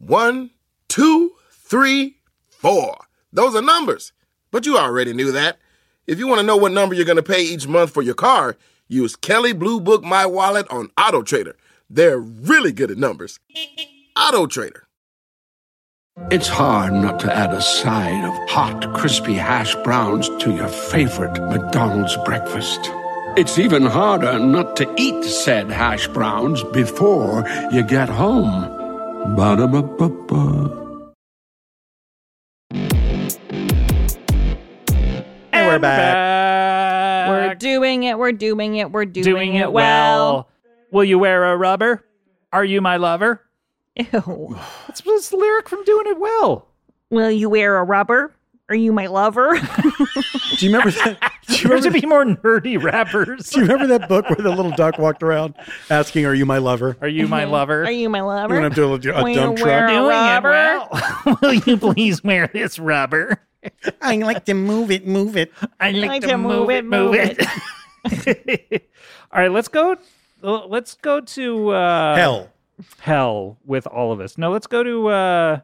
Speaker 6: One, two, three, four. Those are numbers. But you already knew that. If you want to know what number you're going to pay each month for your car, use Kelly Blue Book My Wallet on Auto Trader. They're really good at numbers. Auto Trader.
Speaker 7: It's hard not to add a side of hot, crispy hash browns to your favorite McDonald's breakfast. It's even harder not to eat said hash browns before you get home. Ba-da-ba-ba-ba.
Speaker 1: And we're back.
Speaker 3: back.
Speaker 2: We're doing it. We're doing it. We're doing,
Speaker 3: Uh, doing it well. Will you wear a rubber? Are you my lover?
Speaker 2: Ew.
Speaker 3: That's this lyric from Doing It Well.
Speaker 2: Will you wear a rubber? Are you my lover?
Speaker 1: Do you remember that? Do you
Speaker 3: You have
Speaker 1: remember,
Speaker 3: to be more nerdy rappers.
Speaker 1: do you remember that book where the little duck walked around asking, "Are you my lover?"
Speaker 3: Are you
Speaker 2: Mm-hmm.
Speaker 3: my lover?
Speaker 2: Are you my
Speaker 1: You went
Speaker 2: lover?
Speaker 1: up to a, a
Speaker 2: When
Speaker 1: dump
Speaker 2: we're
Speaker 1: truck.
Speaker 2: a rubber?
Speaker 3: well? Will you please wear this rubber?
Speaker 1: I like to move it, move it.
Speaker 3: I like, to, move it, move it. all right, let's go. Let's go to uh,
Speaker 1: Hell.
Speaker 3: hell with all of us. No, let's go to uh,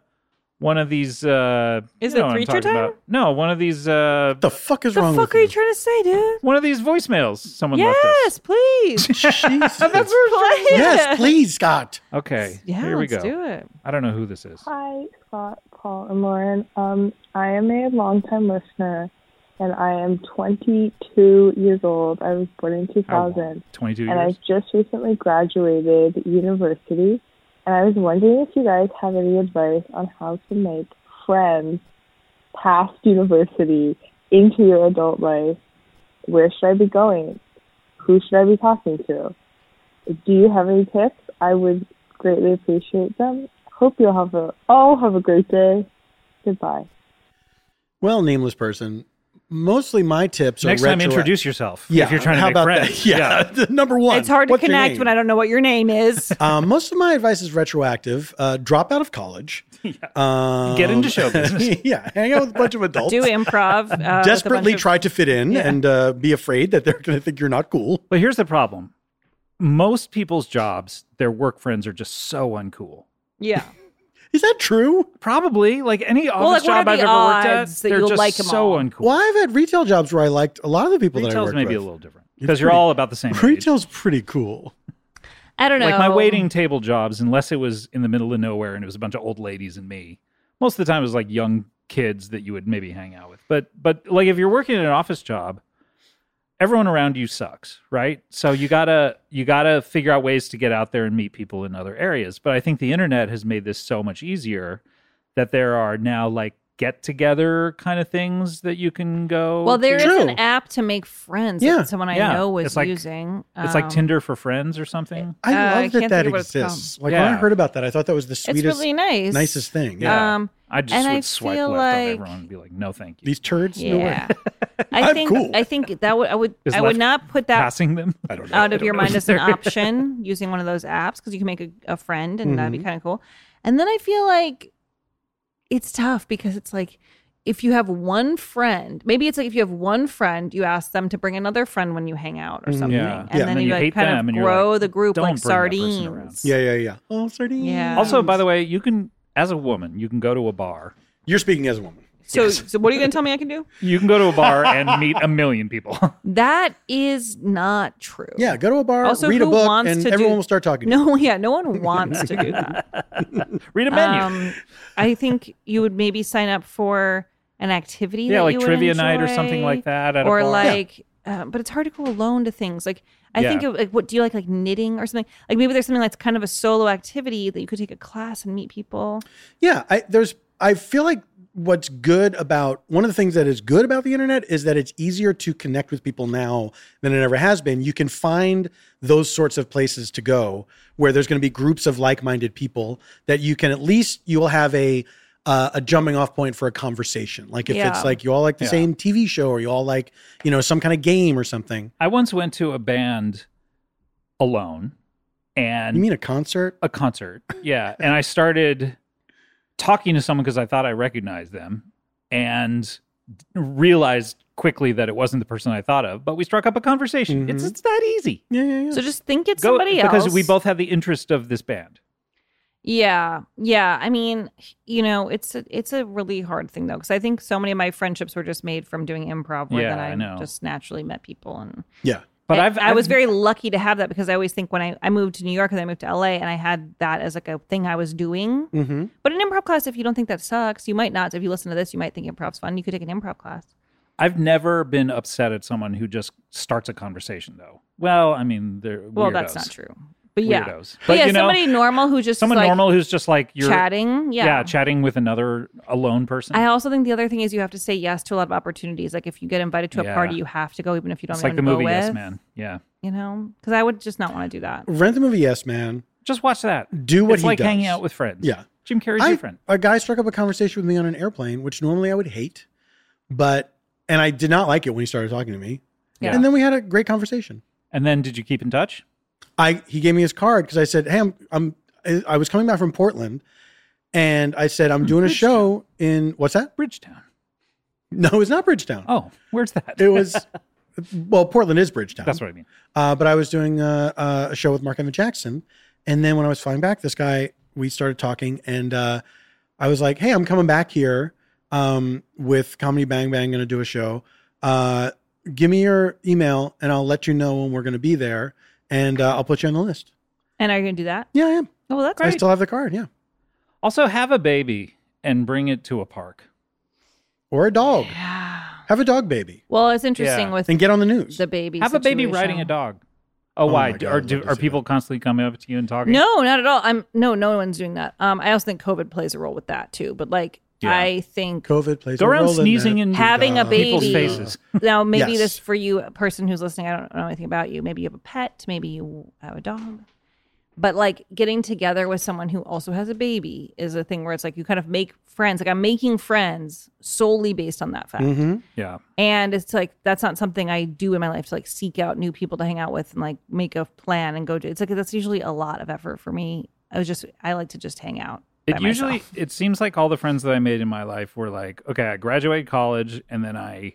Speaker 3: one of these. Uh,
Speaker 2: Is
Speaker 3: you know
Speaker 2: it
Speaker 3: what I'm
Speaker 2: three
Speaker 3: talking
Speaker 2: tour
Speaker 3: about. No, one of these. Uh,
Speaker 1: What the fuck is
Speaker 2: the
Speaker 1: wrong
Speaker 2: fuck are you
Speaker 1: with
Speaker 2: trying to say, dude?
Speaker 3: one of these voicemails someone left us.
Speaker 2: Yes, please.
Speaker 1: you? Jesus.
Speaker 2: Play
Speaker 1: yes,
Speaker 2: it.
Speaker 1: please, Scott.
Speaker 3: Okay.
Speaker 2: Yeah,
Speaker 3: here we
Speaker 2: let's
Speaker 3: go.
Speaker 2: do it.
Speaker 3: I don't know who this is.
Speaker 8: Hi, Scott, Paul, and Lauren. Um, I am a longtime listener, and I am 22 years old. I was born in 2000,
Speaker 3: Oh, 22
Speaker 8: and I
Speaker 3: years.
Speaker 8: just recently graduated university. And I was wondering if you guys have any advice on how to make friends past university into your adult life. Where should I be going? Who should I be talking to? Do you have any tips? I would greatly appreciate them. Hope you'll have a all have a great day. Goodbye.
Speaker 1: Well, nameless person. Mostly my tips
Speaker 3: Next
Speaker 1: are
Speaker 3: time,
Speaker 1: retro-
Speaker 3: introduce yourself.
Speaker 1: Yeah,
Speaker 3: If you're trying to
Speaker 1: how
Speaker 3: make
Speaker 1: about
Speaker 3: friends.
Speaker 1: That? Yeah, number one.
Speaker 2: It's hard to connect when I don't know what your name is.
Speaker 1: Um, most of my advice is retroactive. Uh, drop out of college. Um,
Speaker 3: Get into show business.
Speaker 1: yeah, hang out with a bunch of adults.
Speaker 2: Do improv. Uh, with Uh, a bunch
Speaker 1: Desperately
Speaker 2: of-
Speaker 1: try to fit in
Speaker 2: Yeah.
Speaker 1: and uh, be afraid that they're going to think you're not cool.
Speaker 3: But here's the problem. Most people's jobs, their work friends are just so uncool.
Speaker 2: Yeah.
Speaker 1: Is that true?
Speaker 3: Probably like any office
Speaker 2: like, what
Speaker 3: job
Speaker 2: are
Speaker 3: I've
Speaker 2: the
Speaker 3: ever worked at,
Speaker 2: odds that
Speaker 3: they're
Speaker 2: you'll
Speaker 3: just
Speaker 2: like 'em
Speaker 3: so
Speaker 2: all?
Speaker 3: uncool.
Speaker 1: Well, I've had retail jobs where I liked a lot of the people that I
Speaker 3: Retail's
Speaker 1: worked
Speaker 3: maybe
Speaker 1: with.
Speaker 3: a little different because you're
Speaker 1: pretty-
Speaker 3: all about the same. age.
Speaker 1: Retail's pretty cool.
Speaker 2: I don't know.
Speaker 3: Like my waiting table jobs, unless it was in the middle of nowhere and it was a bunch of old ladies and me. Most of the time, it was like young kids that you would maybe hang out with. But but like if you're working in an office job, everyone around you sucks, right? So you gotta you gotta figure out ways to get out there and meet people in other areas. But I think the internet has made this so much easier that there are now like get together kind of things that you can go.
Speaker 2: Well, there is
Speaker 3: to.
Speaker 2: an app to make friends.
Speaker 1: Yeah.
Speaker 2: That someone I
Speaker 3: Yeah.
Speaker 2: know was
Speaker 3: It's like-
Speaker 2: using.
Speaker 3: It's
Speaker 2: Um,
Speaker 3: like Tinder for friends or something.
Speaker 1: I
Speaker 2: Uh, I
Speaker 1: love that
Speaker 2: can't
Speaker 1: that
Speaker 2: think of what it's
Speaker 1: exists. Like when
Speaker 3: Yeah.
Speaker 1: I heard about that, I thought that was the
Speaker 2: It's
Speaker 1: sweetest,
Speaker 2: really nice.
Speaker 1: nicest thing.
Speaker 3: Yeah.
Speaker 2: Um,
Speaker 3: I just
Speaker 2: And
Speaker 3: would
Speaker 2: I
Speaker 3: swipe
Speaker 2: feel
Speaker 3: left on
Speaker 2: like-
Speaker 3: everyone and be like, no, thank you.
Speaker 1: These turds? No way.
Speaker 2: Yeah. I
Speaker 1: I'm
Speaker 2: think
Speaker 1: cool.
Speaker 2: I think that would I would
Speaker 3: Is
Speaker 2: I would
Speaker 3: left
Speaker 2: not put that
Speaker 3: Passing them? I don't
Speaker 2: out of your
Speaker 3: know
Speaker 2: mind
Speaker 3: if
Speaker 2: as an
Speaker 3: they're-
Speaker 2: option using one of those apps because you can make a, a friend and that'd be
Speaker 1: Mm-hmm.
Speaker 2: kind of cool. And then I feel like it's tough because it's like if you have one friend, maybe it's like if you have one friend, you ask them to bring another friend when you hang out or
Speaker 1: Mhm.
Speaker 2: something,
Speaker 3: Yeah.
Speaker 2: and
Speaker 3: Yeah.
Speaker 2: then,
Speaker 3: And then you
Speaker 2: you, like
Speaker 3: hate
Speaker 2: kind
Speaker 3: them
Speaker 2: of
Speaker 3: and you're
Speaker 2: grow
Speaker 3: like,
Speaker 2: the group
Speaker 3: "Don't
Speaker 2: like
Speaker 3: bring that person around."
Speaker 2: sardines.
Speaker 1: Yeah, yeah, yeah. Oh, sardines.
Speaker 2: Yeah.
Speaker 3: Also, by the way, you can, as a woman, you can go to a bar.
Speaker 1: You're speaking as a woman.
Speaker 2: So, so what are you going to tell me I can do?
Speaker 3: You can go to a bar and meet a million people.
Speaker 2: That is not true.
Speaker 1: Yeah, go to a bar,
Speaker 2: Also,
Speaker 1: read a
Speaker 2: who
Speaker 1: book,
Speaker 2: wants
Speaker 1: and
Speaker 2: to do-
Speaker 1: everyone will start talking. to you.
Speaker 2: No, yeah, no one wants to do that.
Speaker 3: Read a menu.
Speaker 2: Um, I think you would maybe sign up for an activity.
Speaker 3: yeah,
Speaker 2: that
Speaker 3: like
Speaker 2: you would
Speaker 3: trivia night or something
Speaker 2: enjoy,
Speaker 3: like that. At a
Speaker 2: Or
Speaker 3: bar.
Speaker 2: like, uh, but it's hard to go alone to things. Like, I
Speaker 3: Yeah.
Speaker 2: think of like, what do you like, like knitting or something? Like maybe there's something that's kind of a solo activity that you could take a class and meet people.
Speaker 1: Yeah, I, there's. I feel like what's good about one of the things that is good about the internet is that it's easier to connect with people now than it ever has been. You can find those sorts of places to go where there's going to be groups of like-minded people that you can at least you will have a uh, a jumping off point for a conversation. Like if
Speaker 2: Yeah.
Speaker 1: it's like you all like the
Speaker 3: Yeah.
Speaker 1: same TV show or you all like you know some kind of game or something.
Speaker 3: I once went to a band alone and
Speaker 1: You mean a concert?
Speaker 3: a concert. Yeah. And I started talking to someone because I thought I recognized them and realized quickly that it wasn't the person I thought of, but we struck up a conversation. It's,
Speaker 1: Mhm.
Speaker 3: it's that easy.
Speaker 1: Yeah, yeah, yeah.
Speaker 2: So just think it's
Speaker 3: Go-
Speaker 2: Mm-hmm. somebody else
Speaker 3: Because we both had the interest of this band.
Speaker 2: Yeah, yeah. I mean, you know, it's a, it's a really hard thing though, because I think so many of my friendships were just made from doing improv, where
Speaker 3: Yeah,
Speaker 2: then
Speaker 3: I
Speaker 2: I,
Speaker 3: know.
Speaker 2: just naturally met people and.
Speaker 1: yeah.
Speaker 3: But
Speaker 2: I,
Speaker 3: I've,
Speaker 2: I was
Speaker 3: I've-
Speaker 2: very lucky to have that because I always think when I, I moved to New York and then I moved to LA and I had that as like a thing I was doing.
Speaker 1: Mm-hmm.
Speaker 2: But an improv class, if you don't think that sucks, you might not. If you listen to this, you might think improv's fun. You could take an improv class.
Speaker 3: I've never been upset at someone who just starts a conversation though. Well, I mean, they're
Speaker 2: Well,
Speaker 3: weirdos.
Speaker 2: that's not true. But yeah,
Speaker 3: Weirdos.
Speaker 2: but
Speaker 3: But,
Speaker 2: yeah,
Speaker 3: you know,
Speaker 2: somebody normal who just
Speaker 3: Someone
Speaker 2: like
Speaker 3: normal who's just like you're
Speaker 2: chatting. Yeah.
Speaker 3: chatting with another alone person.
Speaker 2: I also think the other thing is you have to say yes to a lot of opportunities. Like if you get invited to a
Speaker 3: Yeah.
Speaker 2: party, you have to go, even if you don't
Speaker 3: it's
Speaker 2: have
Speaker 3: like the
Speaker 2: anyone to
Speaker 3: movie
Speaker 2: go
Speaker 3: Yes
Speaker 2: with,
Speaker 3: Man. Yeah.
Speaker 2: You know, because I would just not want to do that.
Speaker 1: Rent the movie Yes Man.
Speaker 3: Just watch that.
Speaker 1: Do what
Speaker 3: it's
Speaker 1: he
Speaker 3: like
Speaker 1: does.
Speaker 3: hanging out with friends.
Speaker 1: Yeah.
Speaker 3: Jim Carrey's
Speaker 1: I-
Speaker 3: your friend.
Speaker 1: A guy struck up a conversation with me on an airplane, which normally I would hate, but and I did not like it when he started talking to me.
Speaker 3: Yeah.
Speaker 1: And then we had a great conversation.
Speaker 3: And then did you keep in touch?
Speaker 1: I he gave me his card because I said, "Hey, I'm, I'm I I was coming back from Portland, and I said I'm doing a show in what's that?
Speaker 3: Bridgetown.
Speaker 1: No, it's not Bridgetown.
Speaker 3: Oh, where's that?
Speaker 1: It was well, Portland is Bridgetown.
Speaker 3: That's what I mean.
Speaker 1: Uh, but I was doing uh, uh, a show with Mark Evan Jackson, and then when I was flying back, this guy we started talking, and uh, I was like, "Hey, I'm coming back here um, with Comedy Bang Bang, going to do a show. Uh, give me your email, and I'll let you know when we're going to be there, and uh, I'll put you on the list."
Speaker 2: And are you going to do that?
Speaker 1: Yeah, I am.
Speaker 2: Oh, well, that's
Speaker 1: I
Speaker 2: great.
Speaker 1: still have the card. Yeah,
Speaker 3: Also, have a baby and bring it to a park.
Speaker 1: or a dog. Have a dog baby
Speaker 2: Well, it's interesting
Speaker 3: Yeah.
Speaker 2: with
Speaker 1: and get on the news.
Speaker 2: the baby.
Speaker 3: have a baby
Speaker 2: situation.
Speaker 3: riding a dog.
Speaker 1: Oh
Speaker 3: Oh, why?
Speaker 1: my God,
Speaker 3: are
Speaker 1: I'd
Speaker 3: do,
Speaker 1: love to
Speaker 3: are
Speaker 1: see
Speaker 3: people constantly coming up to you and talking?
Speaker 2: No, not at all. I'm no, no one's doing that. Um, I also think COVID plays a role with that too. But like,
Speaker 3: Yeah.
Speaker 2: I think
Speaker 1: COVID plays
Speaker 3: Go
Speaker 1: a
Speaker 3: around
Speaker 1: role in
Speaker 3: sneezing
Speaker 1: that.
Speaker 3: in
Speaker 2: having a baby.
Speaker 3: people's faces.
Speaker 2: now maybe
Speaker 1: Yes.
Speaker 2: this for you, a person who's listening. I don't know anything about you. Maybe you have a pet. Maybe you have a dog. But like getting together with someone who also has a baby is a thing where it's like you kind of make friends. Like I'm making friends solely based on that fact.
Speaker 1: Mhm.
Speaker 3: Yeah.
Speaker 2: And it's like that's not something I do in my life to like seek out new people to hang out with and like make a plan and go do. It's like that's usually a lot of effort for me. I was just I like to just hang out.
Speaker 3: It
Speaker 2: by
Speaker 3: usually
Speaker 2: myself.
Speaker 3: it seems like all the friends that I made in my life were like, okay, I graduated college and then I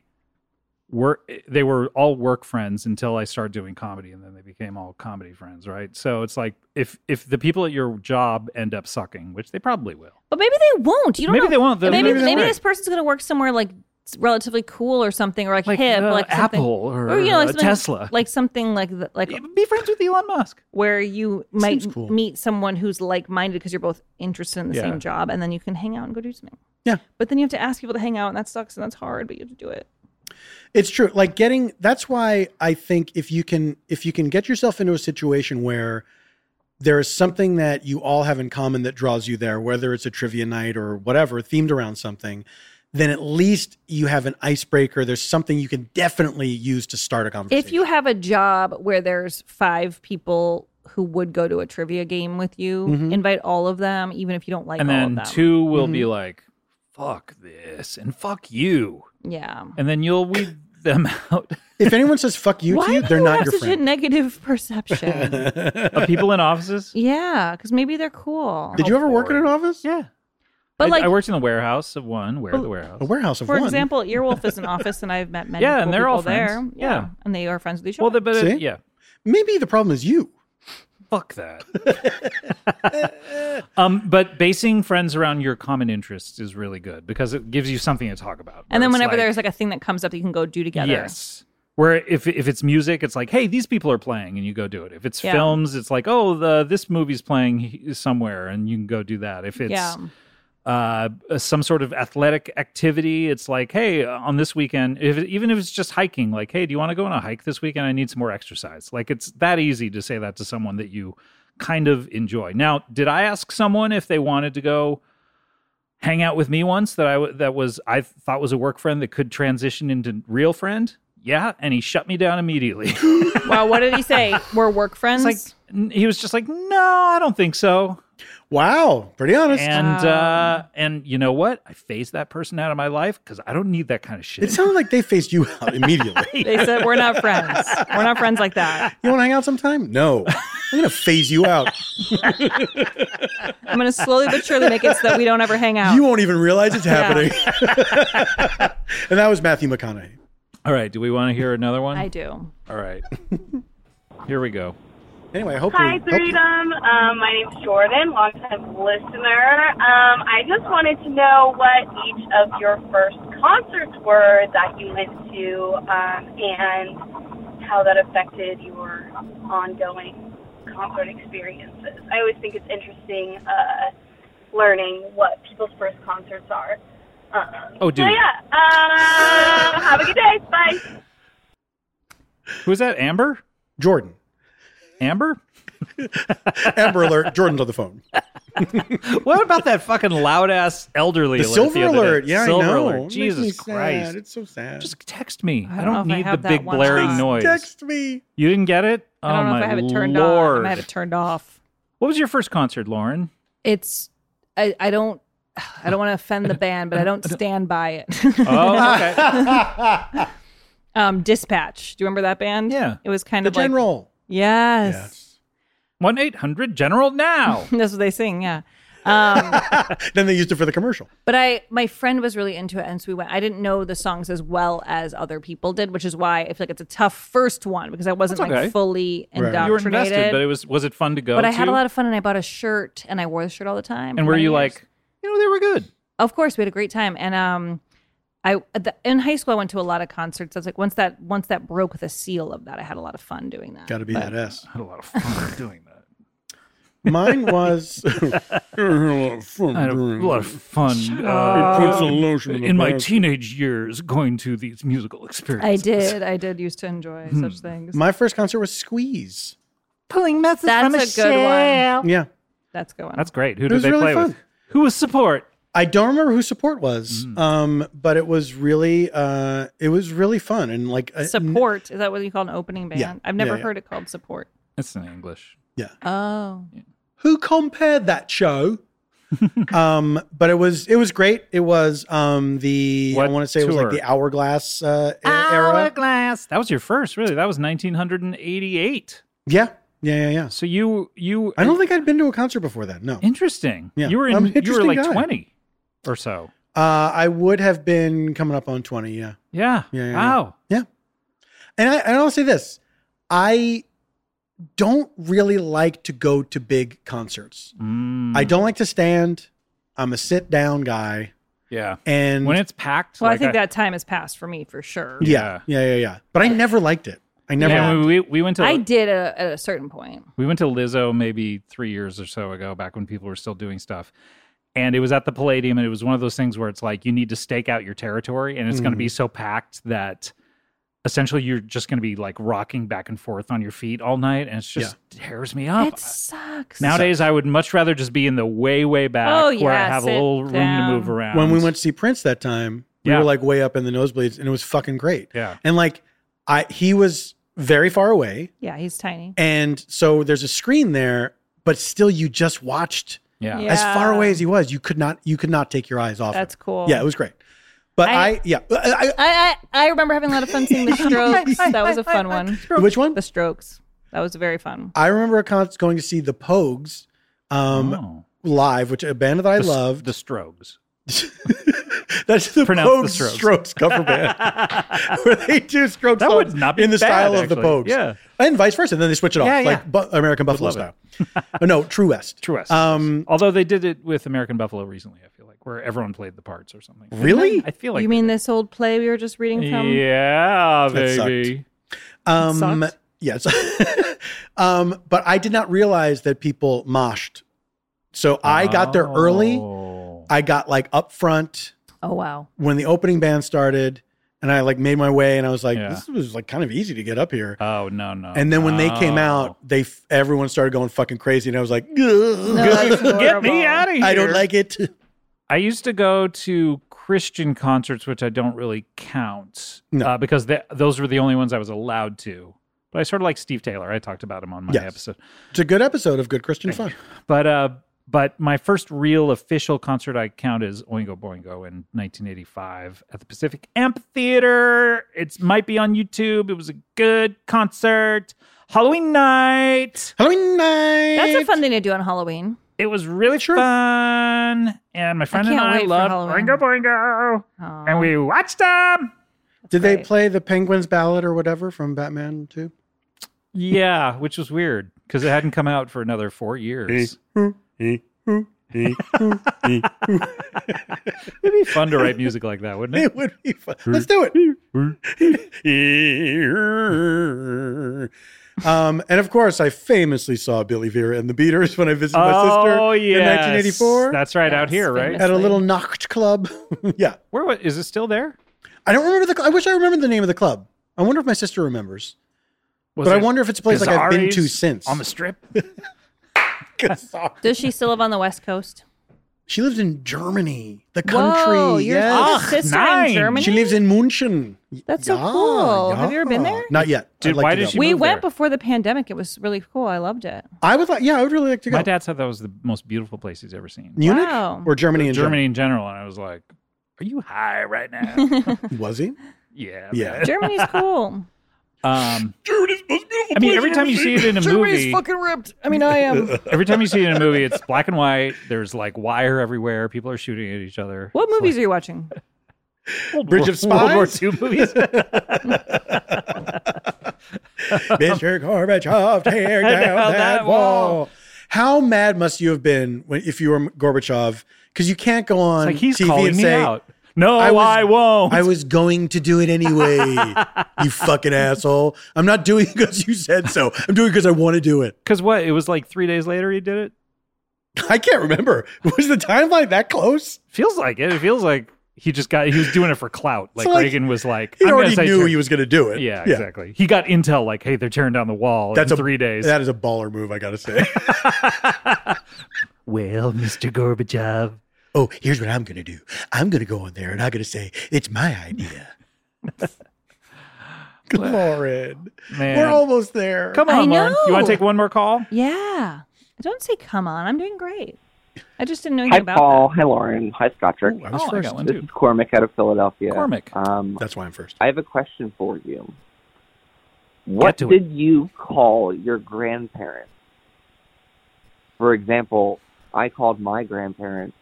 Speaker 3: work they were all work friends until I started doing comedy and then they became all comedy friends, right? So it's like if if the people at your job end up sucking, which they probably will.
Speaker 2: but maybe they won't. You don't
Speaker 3: Maybe
Speaker 2: know.
Speaker 3: they won't.
Speaker 2: Maybe
Speaker 3: They'll-
Speaker 2: maybe,
Speaker 3: maybe they won't.
Speaker 2: this person's gonna work somewhere like s- relatively cool or something or like,
Speaker 3: Like,
Speaker 2: hip,
Speaker 3: uh,
Speaker 2: like something-
Speaker 3: Apple or,
Speaker 2: or you know like
Speaker 3: uh,
Speaker 2: something-
Speaker 3: Tesla.
Speaker 2: like something like th- like
Speaker 3: Be friends with Elon Musk.
Speaker 2: where you might
Speaker 1: Seems cool.
Speaker 2: meet someone who's like minded because you're both interested in the
Speaker 3: Yeah.
Speaker 2: same job, and then you can hang out and go do something.
Speaker 1: Yeah.
Speaker 2: But then you have to ask people to hang out, and that sucks and that's hard, but you have to do it.
Speaker 1: It's true. Like getting that's why I think if you can if you can get yourself into a situation where there is something that you all have in common that draws you there, whether it's a trivia night or whatever, themed around something, then at least you have an icebreaker. There's something you can definitely use to start a conversation.
Speaker 2: If you have a job where there's five people who would go
Speaker 1: Mm-hmm.
Speaker 2: to a trivia game with you, invite all of them, even if you don't like
Speaker 3: and
Speaker 2: all
Speaker 3: then
Speaker 2: of them.
Speaker 3: two will be like, fuck this and fuck you.
Speaker 2: Yeah.
Speaker 3: And then you'll weed them out.
Speaker 1: If anyone says fuck you to
Speaker 2: Why
Speaker 1: you,
Speaker 2: do
Speaker 1: they're
Speaker 2: people
Speaker 1: not
Speaker 2: have
Speaker 1: your
Speaker 2: such a
Speaker 1: friend.
Speaker 2: negative perception?
Speaker 3: Of people in offices?
Speaker 2: yeah, because maybe they're cool.
Speaker 1: Did you ever work in an office?
Speaker 3: Yeah.
Speaker 2: But
Speaker 3: I,
Speaker 2: like-
Speaker 3: I worked in the warehouse of one, where
Speaker 2: But-
Speaker 3: the warehouse.
Speaker 1: A warehouse of
Speaker 2: For
Speaker 1: one.
Speaker 2: example, Earwolf is an office, and I've met many.
Speaker 3: Yeah, and
Speaker 2: cool
Speaker 3: they're all
Speaker 2: people there.
Speaker 3: friends. Yeah.
Speaker 2: and they are friends with each other.
Speaker 3: Well, the, but uh,
Speaker 1: See?
Speaker 3: yeah,
Speaker 1: Maybe the problem is you.
Speaker 3: fuck that. um, but basing friends around your common interests is really good because it gives you something to talk about.
Speaker 2: and
Speaker 3: where
Speaker 2: then
Speaker 3: it's
Speaker 2: whenever
Speaker 3: like-
Speaker 2: there's like a thing that comes up, that you can go do together.
Speaker 3: Yes. Where if if it's music, it's like, hey, these people are playing, and you go do it. If it's
Speaker 2: Yeah.
Speaker 3: films, it's like, oh, the this movie's playing he- somewhere, and you can go do that. If it's
Speaker 2: yeah.
Speaker 3: uh, some sort of athletic activity, it's like, hey, on this weekend, if even if it's just hiking, like, hey, do you want to go on a hike this weekend? I need some more exercise. Like, it's that easy to say that to someone that you kind of enjoy. Now, did I ask someone if they wanted to go? hang out with me once that I w- that was I thought was a work friend that could transition into real friend. Yeah, and he shut me down immediately.
Speaker 2: Wow. What did he say? We're work friends.
Speaker 3: It's like n- he was just like, "No, I don't think so."
Speaker 1: Wow. Pretty honest.
Speaker 3: And uh
Speaker 2: Wow.
Speaker 3: and you know what? I phased that person out of my life cuz I don't need that kind of
Speaker 1: it
Speaker 3: shit.
Speaker 1: sounded like they phased you out immediately.
Speaker 2: they said we're not friends. We're not friends like that.
Speaker 1: you want to hang out sometime? No. I'm going to phase you out.
Speaker 2: I'm gonna slowly but surely make it so that we don't ever hang out.
Speaker 1: You won't even realize it's happening. and that was Matthew McConaughey.
Speaker 3: All right, do we want to hear another one?
Speaker 2: I do.
Speaker 3: All right. Here we go.
Speaker 1: Anyway, I hope
Speaker 4: Hi,
Speaker 1: we- hope-
Speaker 4: Freedom. Um, my name's Jordan, longtime listener. Um, I just wanted to know what each of your first concerts were that you went to um, and how that affected your ongoing concert experiences. I always think it's interesting uh, learning what people's first concerts are. Um,
Speaker 3: Oh, dude.
Speaker 4: So, yeah. Uh, have a good day. Bye.
Speaker 3: Who is that? Amber?
Speaker 1: Jordan.
Speaker 3: Amber?
Speaker 1: Amber alert. Jordan's on the phone.
Speaker 3: What about that fucking loud ass elderly
Speaker 1: The
Speaker 3: alert
Speaker 1: silver
Speaker 3: the other day?
Speaker 1: alert. Yeah,
Speaker 3: silver
Speaker 1: I know. It
Speaker 3: alert.
Speaker 1: makes me
Speaker 3: Jesus
Speaker 1: sad.
Speaker 3: Christ.
Speaker 1: It's so sad.
Speaker 3: Just text me.
Speaker 2: I
Speaker 3: I
Speaker 2: don't
Speaker 3: don't,
Speaker 2: know if I
Speaker 3: need the
Speaker 2: have that
Speaker 3: big
Speaker 2: one
Speaker 3: blaring
Speaker 2: on.
Speaker 3: noise.
Speaker 1: text me.
Speaker 3: You didn't get it?
Speaker 2: I don't
Speaker 3: oh
Speaker 2: know
Speaker 3: my
Speaker 2: if I have it turned
Speaker 3: lord.
Speaker 1: Oh
Speaker 2: on. I might have it turned off.
Speaker 3: what was your first concert, Lauren?
Speaker 2: It's. I. I don't. I don't want to offend the band, but I don't stand by it.
Speaker 3: Oh, okay.
Speaker 1: Oh,
Speaker 2: um, Dispatch. Do you remember that band?
Speaker 3: Yeah.
Speaker 2: It was kind
Speaker 1: The
Speaker 2: of like
Speaker 1: general.
Speaker 2: Yes.
Speaker 3: One eight hundred General now.
Speaker 2: That's what they sing, yeah. Um,
Speaker 1: Then they used it for the commercial.
Speaker 2: but I, my friend was really into it, and so we went. I didn't know the songs as well as other people did, which is why I feel like it's a tough first one because I wasn't
Speaker 3: That's okay.
Speaker 2: like fully indoctrinated.
Speaker 3: You were invested, but it was was it fun to go?
Speaker 2: But I had
Speaker 3: to?
Speaker 2: a lot of fun, and I bought a shirt, and I wore the shirt all the time.
Speaker 3: And
Speaker 2: for
Speaker 3: were
Speaker 2: many
Speaker 3: you
Speaker 2: years.
Speaker 3: like, you know, they were good.
Speaker 2: Of course, we had a great time, and um, I at the, in high school I went to a lot of concerts. I was like, once that once that broke the seal of that, I had a lot of fun doing that.
Speaker 1: Got to be that S.
Speaker 3: I had a lot of fun doing that.
Speaker 1: Mine was.
Speaker 3: I had a lot of fun
Speaker 1: puts a
Speaker 3: uh,
Speaker 1: lotion
Speaker 3: in my teenage years going to these musical
Speaker 2: I
Speaker 3: experiences.
Speaker 2: did, I did used to enjoy such things.
Speaker 1: My first concert was Squeeze.
Speaker 3: Hmm. pulling messages
Speaker 2: That's a good one.
Speaker 1: Yeah.
Speaker 2: That's a good one.
Speaker 3: That's great. Who did
Speaker 1: was
Speaker 3: they
Speaker 1: really
Speaker 3: play with?
Speaker 1: fun.
Speaker 3: Who was support? Mm.
Speaker 1: I don't remember who support was, um, but it was really, uh, it was really fun and like uh,
Speaker 2: support. Is that what you call an opening band?
Speaker 1: Yeah.
Speaker 2: I've never
Speaker 1: Yeah, yeah.
Speaker 2: heard it called support.
Speaker 3: It's in English.
Speaker 2: Oh,
Speaker 1: who compared that show? um, but it was it was great. It was um, the
Speaker 3: What
Speaker 1: I want to say it was like
Speaker 3: tour?
Speaker 1: the hourglass uh, e- era.
Speaker 3: Hourglass. That was your first, really. That was 1988.
Speaker 1: Yeah, yeah, yeah, yeah.
Speaker 3: So you you
Speaker 1: I don't think I'd been to a concert before that. No,
Speaker 3: Interesting.
Speaker 1: Yeah.
Speaker 3: You were
Speaker 1: I'm
Speaker 3: in,
Speaker 1: an
Speaker 3: you were
Speaker 1: interesting
Speaker 3: like
Speaker 1: guy.
Speaker 3: 20 or so.
Speaker 1: uh, I would have been coming up on twenty. Yeah,
Speaker 3: Yeah. Ah.
Speaker 1: Yeah, yeah, yeah.
Speaker 3: wow.
Speaker 1: and I and I'll say this: I don't really like to go to big concerts.
Speaker 3: Mm.
Speaker 1: I don't like to stand. I'm a sit down guy,
Speaker 3: Yeah.
Speaker 1: and
Speaker 3: When it's packed.
Speaker 2: well, I
Speaker 3: like
Speaker 2: think that time has passed for me for sure.
Speaker 1: yeah, yeah, yeah, yeah. But I never liked it. I never.
Speaker 3: Yeah,
Speaker 1: liked it.
Speaker 3: we, we went to
Speaker 2: I did at a, at a certain point.
Speaker 3: we went to Lizzo maybe three years or so ago, back when people were still doing stuff. And it was at the Palladium, and it was one of those things where it's like you need to stake out your territory, and it's going to
Speaker 1: Mm-hmm.
Speaker 3: be so packed that essentially you're just going to be like rocking back and forth on your feet all night, and it's just tears me up.
Speaker 2: That sucks.
Speaker 3: Nowadays, I would much rather just be in the way, way back
Speaker 2: Oh,
Speaker 3: where I
Speaker 2: yeah,
Speaker 3: have a
Speaker 2: sit
Speaker 3: little room
Speaker 2: down.
Speaker 3: to move around.
Speaker 1: when we went to see Prince that time, we
Speaker 3: Yeah.
Speaker 1: were like way up in the nosebleeds, and it was fucking great.
Speaker 3: yeah,
Speaker 1: And like, I he was very far away,
Speaker 2: yeah, he's tiny.
Speaker 1: and so there's a screen there, but still, you just watched
Speaker 3: Yeah.
Speaker 1: As far away as he was, you could not you could not take your eyes off.
Speaker 2: That's
Speaker 1: him.
Speaker 2: cool.
Speaker 1: Yeah, it was great. But I,
Speaker 2: I-
Speaker 1: yeah, I,
Speaker 2: I, I I remember having a lot of fun seeing the Strokes. that was a fun one.
Speaker 1: I, which one?
Speaker 2: The Strokes. That was very fun.
Speaker 1: I remember a con- going to see the Pogues um,
Speaker 3: Oh.
Speaker 1: live, which a band that I
Speaker 3: The s-
Speaker 1: loved.
Speaker 3: the Strobes.
Speaker 1: That's the
Speaker 3: Pronounce the
Speaker 1: Pogues
Speaker 3: Strokes.
Speaker 1: Strokes cover band, where they do Strokes
Speaker 3: That would
Speaker 1: songs
Speaker 3: not be
Speaker 1: in the
Speaker 3: bad,
Speaker 1: style of the
Speaker 3: actually.
Speaker 1: Pogues,
Speaker 3: Yeah.
Speaker 1: and vice versa. And then they switch it off,
Speaker 3: Yeah,
Speaker 1: like bu- American Buffalo
Speaker 3: love
Speaker 1: style. Oh, no, True West.
Speaker 3: True West.
Speaker 1: Um,
Speaker 3: Although they did it with American Buffalo recently, I feel like, where everyone played the parts or something.
Speaker 1: Really?
Speaker 3: I feel like
Speaker 2: you
Speaker 3: they
Speaker 2: mean
Speaker 3: did.
Speaker 2: this old play we were just reading from?
Speaker 3: Yeah,
Speaker 1: That sucked.
Speaker 3: baby.
Speaker 1: Um,
Speaker 2: sucked?
Speaker 1: yes. um, but I did not realize that people moshed. So I got there early.
Speaker 3: Oh.
Speaker 1: I got like up front
Speaker 2: Oh wow.
Speaker 1: when the opening band started, and I like made my way, and I was like,
Speaker 3: Yeah.
Speaker 1: this was like kind of easy to get up here.
Speaker 3: Oh no no.
Speaker 1: and then when they came
Speaker 3: Oh, no.
Speaker 1: out, they f- everyone started going fucking crazy, and I was like,
Speaker 2: that's
Speaker 3: get
Speaker 2: adorable.
Speaker 3: me out of here.
Speaker 1: I don't like it.
Speaker 3: I used to go to Christian concerts, which I don't really count
Speaker 1: No.
Speaker 3: uh, because th- those were the only ones I was allowed to. But I sort of like Steve Taylor. I talked about him on my
Speaker 1: Yes.
Speaker 3: episode.
Speaker 1: It's a good episode of Good Christian Fun.
Speaker 3: But uh, but my first real official concert I count is Oingo Boingo in 1985 at the Pacific Amphitheater. It might be on YouTube. It was a good concert. Halloween night.
Speaker 1: Halloween night.
Speaker 2: That's a fun thing to do on Halloween.
Speaker 3: It was really fun, and my friend and
Speaker 2: can't
Speaker 3: I
Speaker 2: wait for
Speaker 3: loved
Speaker 2: Halloween.
Speaker 3: Oingo Boingo,
Speaker 2: Aw.
Speaker 3: and we watched them.
Speaker 1: Did they
Speaker 2: great.
Speaker 1: play the Penguins ballad or whatever from Batman Two?
Speaker 3: Yeah, which was weird because it hadn't come out for another four years. It'd be fun to write music like that, wouldn't it?
Speaker 1: It would be fun. Let's do it. um, and of course, I famously saw Billy Vera and the Beaters when I visited my sister
Speaker 3: oh yeah,
Speaker 1: in 1984
Speaker 3: That's right, out
Speaker 2: Yes,
Speaker 3: here, right?
Speaker 2: famous.
Speaker 1: at a little Nacht club. yeah,
Speaker 3: Where wa- is it still there?
Speaker 1: I don't remember the. cl- I wish I remembered the name of the club. I wonder if my sister remembers,
Speaker 3: Was
Speaker 1: but I
Speaker 3: it
Speaker 1: wonder if it's a place like I've been to
Speaker 3: Gazari's
Speaker 1: since.
Speaker 3: on the strip.
Speaker 1: Gazar-
Speaker 2: Does she still live on the West Coast?
Speaker 1: she lives in Germany, the country.
Speaker 2: Whoa, your
Speaker 1: yes.
Speaker 2: little sister
Speaker 3: nine.
Speaker 2: in Germany.
Speaker 1: She lives in Munchen.
Speaker 2: That's so cool. Have you ever been there?
Speaker 1: Not yet. I'd
Speaker 3: Dude,
Speaker 1: like
Speaker 3: why
Speaker 1: to
Speaker 3: did
Speaker 1: go.
Speaker 3: she
Speaker 2: we
Speaker 3: moved
Speaker 2: went
Speaker 3: there.
Speaker 2: before the pandemic. It was really cool. I loved it.
Speaker 1: I would like. Yeah, I would really like to go.
Speaker 3: My dad said that was the most beautiful place he's ever seen.
Speaker 1: Munich
Speaker 2: Wow.
Speaker 1: or Germany in
Speaker 3: Germany in general, and I was like, "Are you high right now?"
Speaker 1: Germany? Was he?
Speaker 3: yeah,
Speaker 1: Yeah.
Speaker 3: man.
Speaker 2: Germany's cool.
Speaker 3: Um,
Speaker 1: Germany's most beautiful.
Speaker 3: I mean, every time you see it in a movie,
Speaker 2: ripped. I mean, I am.
Speaker 3: every time you see it in a movie, it's black and white. There's like wire everywhere. People are shooting at each other.
Speaker 2: What movies are you watching?
Speaker 3: Old
Speaker 1: Bridge
Speaker 3: War-
Speaker 1: of
Speaker 3: World War
Speaker 1: Spies?
Speaker 3: II movies.
Speaker 1: Mr. Gorbachev, tear down that,
Speaker 3: that
Speaker 1: wall.
Speaker 3: wall.
Speaker 1: How mad must you have been when, if you were Gorbachev? Because you can't go on
Speaker 3: like he's
Speaker 1: TV
Speaker 3: calling
Speaker 1: and
Speaker 3: me
Speaker 1: say,
Speaker 3: out. No, I,
Speaker 1: was-
Speaker 3: won't.
Speaker 1: I was going to do it anyway. you fucking asshole. I'm not doing it because you said so. I'm doing it because I want to do it.
Speaker 3: Because what? It was like three days later he did it.
Speaker 1: I can't remember. Was the timeline that close?
Speaker 3: Feels like it. It feels like he just got. He was doing it for clout. Like,
Speaker 1: So, like,
Speaker 3: Reagan was like,
Speaker 1: He
Speaker 3: I'm gonna
Speaker 1: already
Speaker 3: say
Speaker 1: knew
Speaker 3: tear-
Speaker 1: he was going to do it.
Speaker 3: Yeah, exactly. He got intel like, hey, they're tearing down the wall
Speaker 1: That's
Speaker 3: in
Speaker 1: a
Speaker 3: three days.
Speaker 1: That is a baller move, I got to say.
Speaker 3: well, Mr. Gorbachev.
Speaker 1: oh, here's what I'm going to do. I'm going to go on there and I'm going to say, it's my idea. Lauren,
Speaker 3: Man.
Speaker 1: we're almost there.
Speaker 3: Come
Speaker 2: I
Speaker 3: on, Lauren. You want
Speaker 2: know.
Speaker 3: to take one more call?
Speaker 2: Yeah. Don't say come on. I'm doing great. I just didn't know anything
Speaker 9: Hi,
Speaker 2: about
Speaker 9: Paul. Hi, Lauren. Hi, Scottrick.
Speaker 1: Ooh, I was
Speaker 3: Oh, I
Speaker 1: first.
Speaker 3: got one
Speaker 9: this
Speaker 3: too.
Speaker 9: is Cormac out of Philadelphia.
Speaker 3: Cormac.
Speaker 9: Um,
Speaker 1: That's why I'm first.
Speaker 9: I have a question for you. What
Speaker 3: to it.
Speaker 9: did you call your grandparents? For example, I called my grandparents.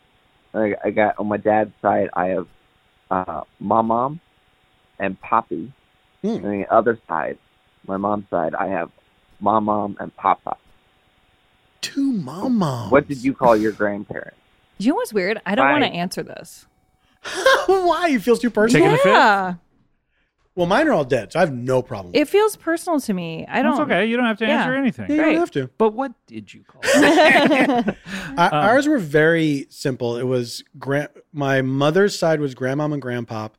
Speaker 9: I, I got on my dad's side. I have uh, my mom and Poppy.
Speaker 1: Hmm.
Speaker 9: And the other side, my mom's side, I have my mom and Papa.
Speaker 1: Two mom moms.
Speaker 9: What did you call your grandparents?
Speaker 2: that. Do you know what's weird? I don't want to
Speaker 9: Right.
Speaker 2: answer this.
Speaker 1: Why? It feels too personal.
Speaker 3: Taking the fifth?
Speaker 2: yeah.
Speaker 1: Well, mine are all dead, so I have no problem.
Speaker 2: It feels personal to me. I don't.
Speaker 3: That's okay. You don't have to
Speaker 2: Yeah.
Speaker 3: answer anything.
Speaker 1: yeah, you
Speaker 2: great.
Speaker 1: don't have to.
Speaker 3: But what did you call? Um,
Speaker 1: I, ours were very simple. It was grand. My mother's side was grandmom and grandpop,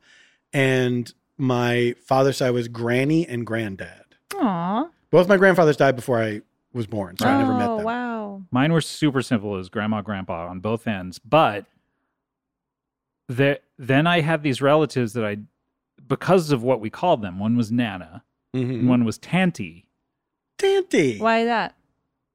Speaker 1: and my father's side was granny and granddad.
Speaker 2: Aw.
Speaker 1: Both my grandfathers died before I was born, so I never met
Speaker 2: Oh,
Speaker 1: them.
Speaker 2: wow.
Speaker 3: Mine were super simple as grandma, grandpa on both ends, but the, then I had these relatives that I, because of what we called them, one was Nana, and
Speaker 1: Mhm.
Speaker 3: one was Tanty.
Speaker 1: Tanty.
Speaker 2: Why that?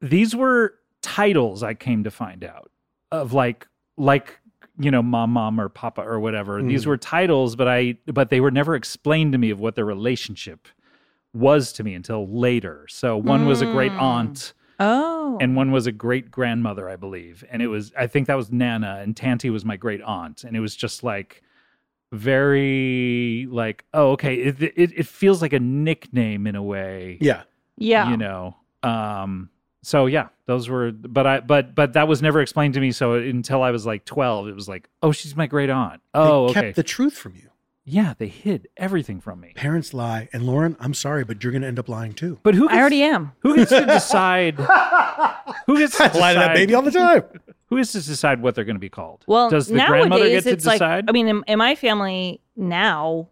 Speaker 3: These were titles I came to find out. of like like you know mom mom or papa or whatever these
Speaker 1: Mhm.
Speaker 3: were titles but i but they were never explained to me of what their relationship was to me until later so one was a great
Speaker 2: Mm.
Speaker 3: aunt
Speaker 2: Oh. Hmm.
Speaker 3: and one was a great grandmother i believe and it was i think that was nana and tanti was my great aunt and it was just like very like oh okay it, it, it feels like a nickname in a way
Speaker 1: Yeah.
Speaker 2: yeah.
Speaker 3: you know um so yeah those were but i but but that was never explained to me so until i was like 12 it was like oh she's my great aunt oh
Speaker 1: they
Speaker 3: okay
Speaker 1: kept the truth from you.
Speaker 3: yeah they hid everything from me
Speaker 1: Parents lie. And Lauren, I'm sorry, but you're going to end up lying too.
Speaker 3: but who gets,
Speaker 2: I already am.
Speaker 3: who gets to decide who gets to
Speaker 1: I lie to that
Speaker 3: decide,
Speaker 1: baby all the time.
Speaker 3: who gets to decide what they're going to be called
Speaker 2: Well,
Speaker 3: does the
Speaker 2: nowadays
Speaker 3: grandmother get to
Speaker 2: it's like
Speaker 3: decide
Speaker 2: I mean, in, in my family now,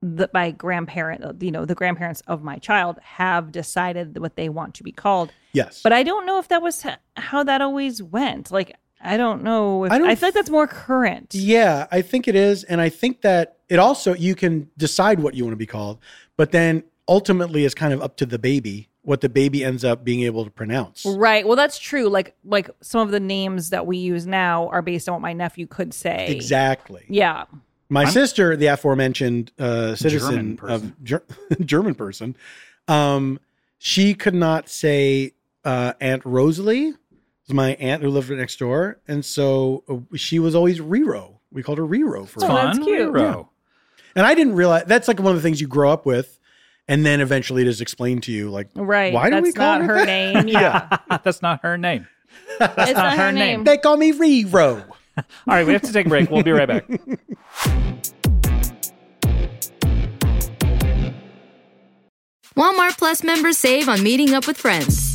Speaker 2: that my grandparent, you know, the grandparents of my child have decided what they want to be called.
Speaker 1: Yes.
Speaker 2: But I don't know if that was h- how that always went. Like, I don't know. If, I,
Speaker 1: I don't
Speaker 2: feel like that's more current.
Speaker 1: Yeah, I think it is, and I think that it also you can decide what you want to be called, but then ultimately it's kind of up to the baby what the baby ends up being able to pronounce.
Speaker 2: Right. Well, that's true. Like, like some of the names that we use now are based on what my nephew could say.
Speaker 1: Exactly.
Speaker 2: Yeah.
Speaker 1: My
Speaker 3: I'm-
Speaker 1: sister, the aforementioned uh,
Speaker 3: German
Speaker 1: citizen
Speaker 3: person.
Speaker 1: of ger- German person, um, she could not say uh, Aunt Rosalie. It was my aunt who lived right next door, and so uh, she was always Rero. We called her Rero for a
Speaker 2: Oh,
Speaker 1: while.
Speaker 2: that's
Speaker 3: Fun
Speaker 2: cute.
Speaker 3: Rero.
Speaker 1: And I didn't realize that's like one of the things you grow up with, and then eventually it is explained to you. Like,
Speaker 2: Right.
Speaker 1: Why do
Speaker 2: that's
Speaker 1: we call
Speaker 2: not
Speaker 1: her
Speaker 2: her name? Yeah.
Speaker 3: that's not her name
Speaker 2: It's not her
Speaker 3: her
Speaker 2: name.
Speaker 3: name.
Speaker 1: they call me Rero.
Speaker 3: all right we have to take a break we'll be right back
Speaker 10: Walmart Plus members save on meeting up with friends.